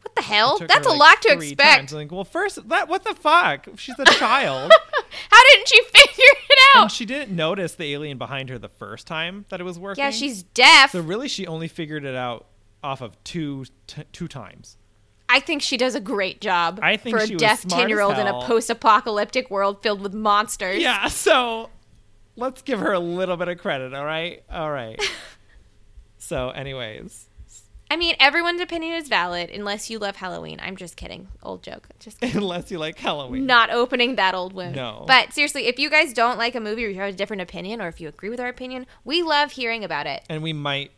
What the hell?
It took
Oh, That's
her,
a
like,
lot to
three
expect.
times. Like, well, first, that what the fuck? She's a child,
How didn't she figure it
and
out?
she didn't notice the alien behind her the first time that it was working.
yeah, she's deaf.
So really, she only figured it out off of two t- two times.
I think she does a great job
I think
for a
she was
deaf
smart as
10 year old in a
hell.
post apocalyptic world filled with monsters.
Yeah, so let's give her a little bit of credit, all right? All right. so, anyways,
I mean, everyone's opinion is valid unless you love Halloween. I'm just kidding. Old joke. Just kidding.
unless you like Halloween.
not opening that old wound.
No.
But seriously, if you guys don't like a movie or you have a different opinion or if you agree with our opinion, we love hearing about it.
And we might,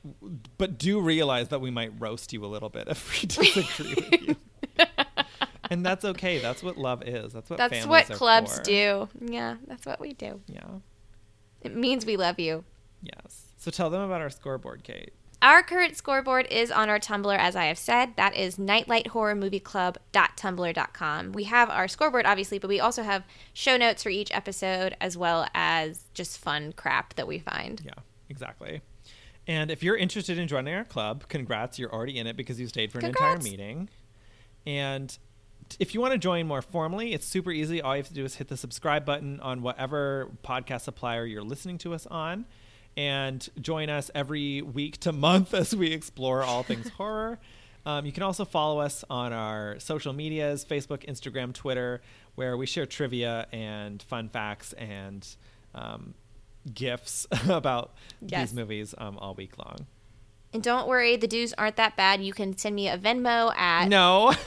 but do realize that we might roast you a little bit if we disagree with you. and that's okay. That's what love is. That's what
That's
families
what
are
clubs
for.
do. Yeah, that's what we do.
Yeah.
It means we love you.
Yes. So tell them about our scoreboard, Kate.
Our current scoreboard is on our Tumblr, as I have said. That is nightlighthorrormovieclub.tumblr.com. We have our scoreboard, obviously, but we also have show notes for each episode as well as just fun crap that we find.
Yeah, exactly. And if you're interested in joining our club, congrats, you're already in it because you stayed for an
Congrats.
entire meeting. And t- if you want to join more formally, it's super easy. All you have to do is hit the subscribe button on whatever podcast supplier you're listening to us on and join us every week to month as we explore all things horror. Um, you can also follow us on our social medias Facebook, Instagram, Twitter, where we share trivia and fun facts and um, gifts about
Yes.
these movies um, all week long.
And don't worry, the dues aren't that bad. You can send me a Venmo at
No,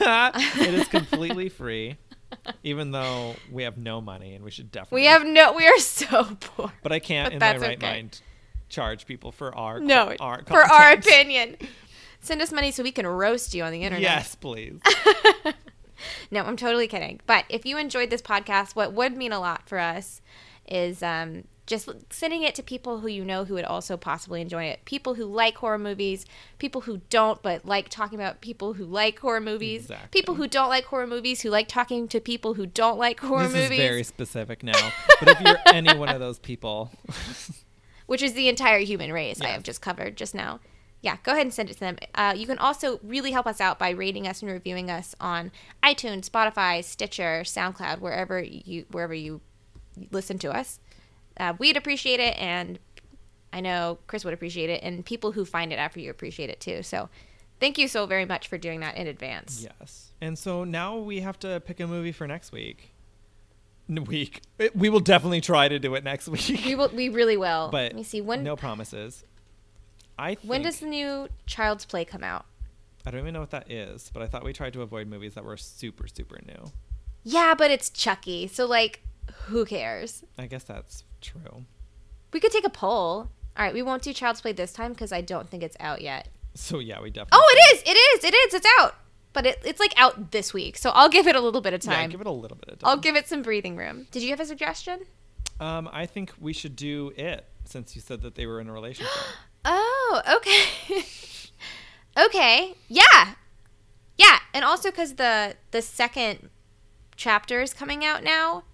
it is completely free, even though we have no money and we should definitely.
We have no. We are so poor.
but I can't
but
in my
that's
right
okay.
mind charge people for our
No,
our
for our
content.
opinion. Send us money so we can roast you on the internet.
Yes, please.
No, I'm totally kidding. But if you enjoyed this podcast, what would mean a lot for us is um, just sending it to people who you know who would also possibly enjoy it. People who like horror movies, people who don't but like talking about people who like horror movies,
Exactly.
people who don't like horror movies who like talking to people who don't like horror
this
movies,
is very specific now. But if you're any one of those people,
which is the entire human race I
Yes.
have just covered just now. Yeah, go ahead and send it to them. Uh, you can also really help us out by rating us and reviewing us on iTunes, Spotify, Stitcher, SoundCloud, wherever you wherever you listen to us. Uh, we'd appreciate it, and I know Chris would appreciate it, and people who find it after you appreciate it too. So, thank you so very much for doing that in advance.
yes. And so now we have to pick a movie for next week. N- Week. It- we will definitely try to do it next
We
week.
will. We really will.
But
Let me see when.
no promises. I think,
When does the new Child's Play come out?
I don't even know what that is, but I thought we tried to avoid movies that were super super new.
Yeah, but it's Chucky, so like, who cares?
I guess that's true.
We could take a poll. All right, we won't do Child's Play this time because I don't think it's out yet.
So yeah, we definitely.
Oh, it is! It is! It is! It's out! But it, it's like out this week, so I'll give it a little bit of
Yeah,
time.
give it a little bit of
I'll
time.
give it some breathing room. Did you have a suggestion?
Um, I think we should do it since you said that they were in a relationship.
Oh, okay. okay. Yeah. Yeah, and also because the the second chapter is coming out now.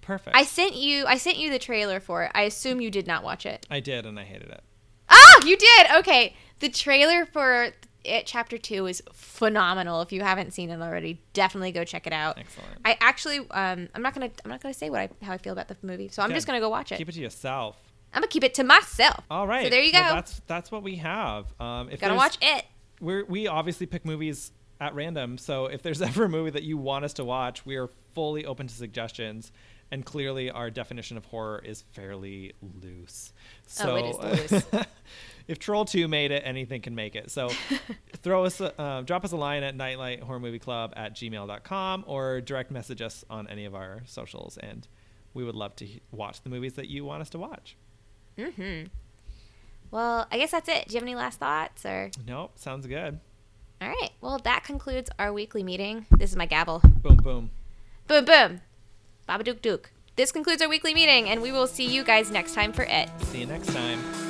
Perfect.
I sent you I sent you the trailer for it. I assume you did not watch it.
I did, and I hated it.
Ah, you did. Okay. The trailer for it chapter 2 is phenomenal. If you haven't seen it already, definitely go check it out.
Excellent.
I actually um I'm not going to I'm not going to say what I how I feel about the movie. So I'm just
Good.
going to go watch it.
Keep it to yourself.
I'm going to keep it to myself.
All right.
So there you go.
Well, that's that's what we have. Um, if
Got to
there's-
watch it.
We're, we obviously pick movies at random, so if there's ever a movie that you want us to watch, we are fully open to suggestions. And clearly, our definition of horror is fairly loose. So,
Oh, it is
if Troll Two made it, anything can make it. So, throw us, a, uh, drop us a line at nightlighthorrormovieclub at gmail.com or direct message us on any of our socials, and we would love to he- watch the movies that you want us to watch.
Mm-hmm. Well, I guess that's it. Do you have any last thoughts or
Nope, sounds good.
All right. Well, that concludes our weekly meeting. This is my gavel.
Boom, boom.
Boom boom. Babadook dook. This concludes our weekly meeting and we will see you guys next time for it.
See you next time.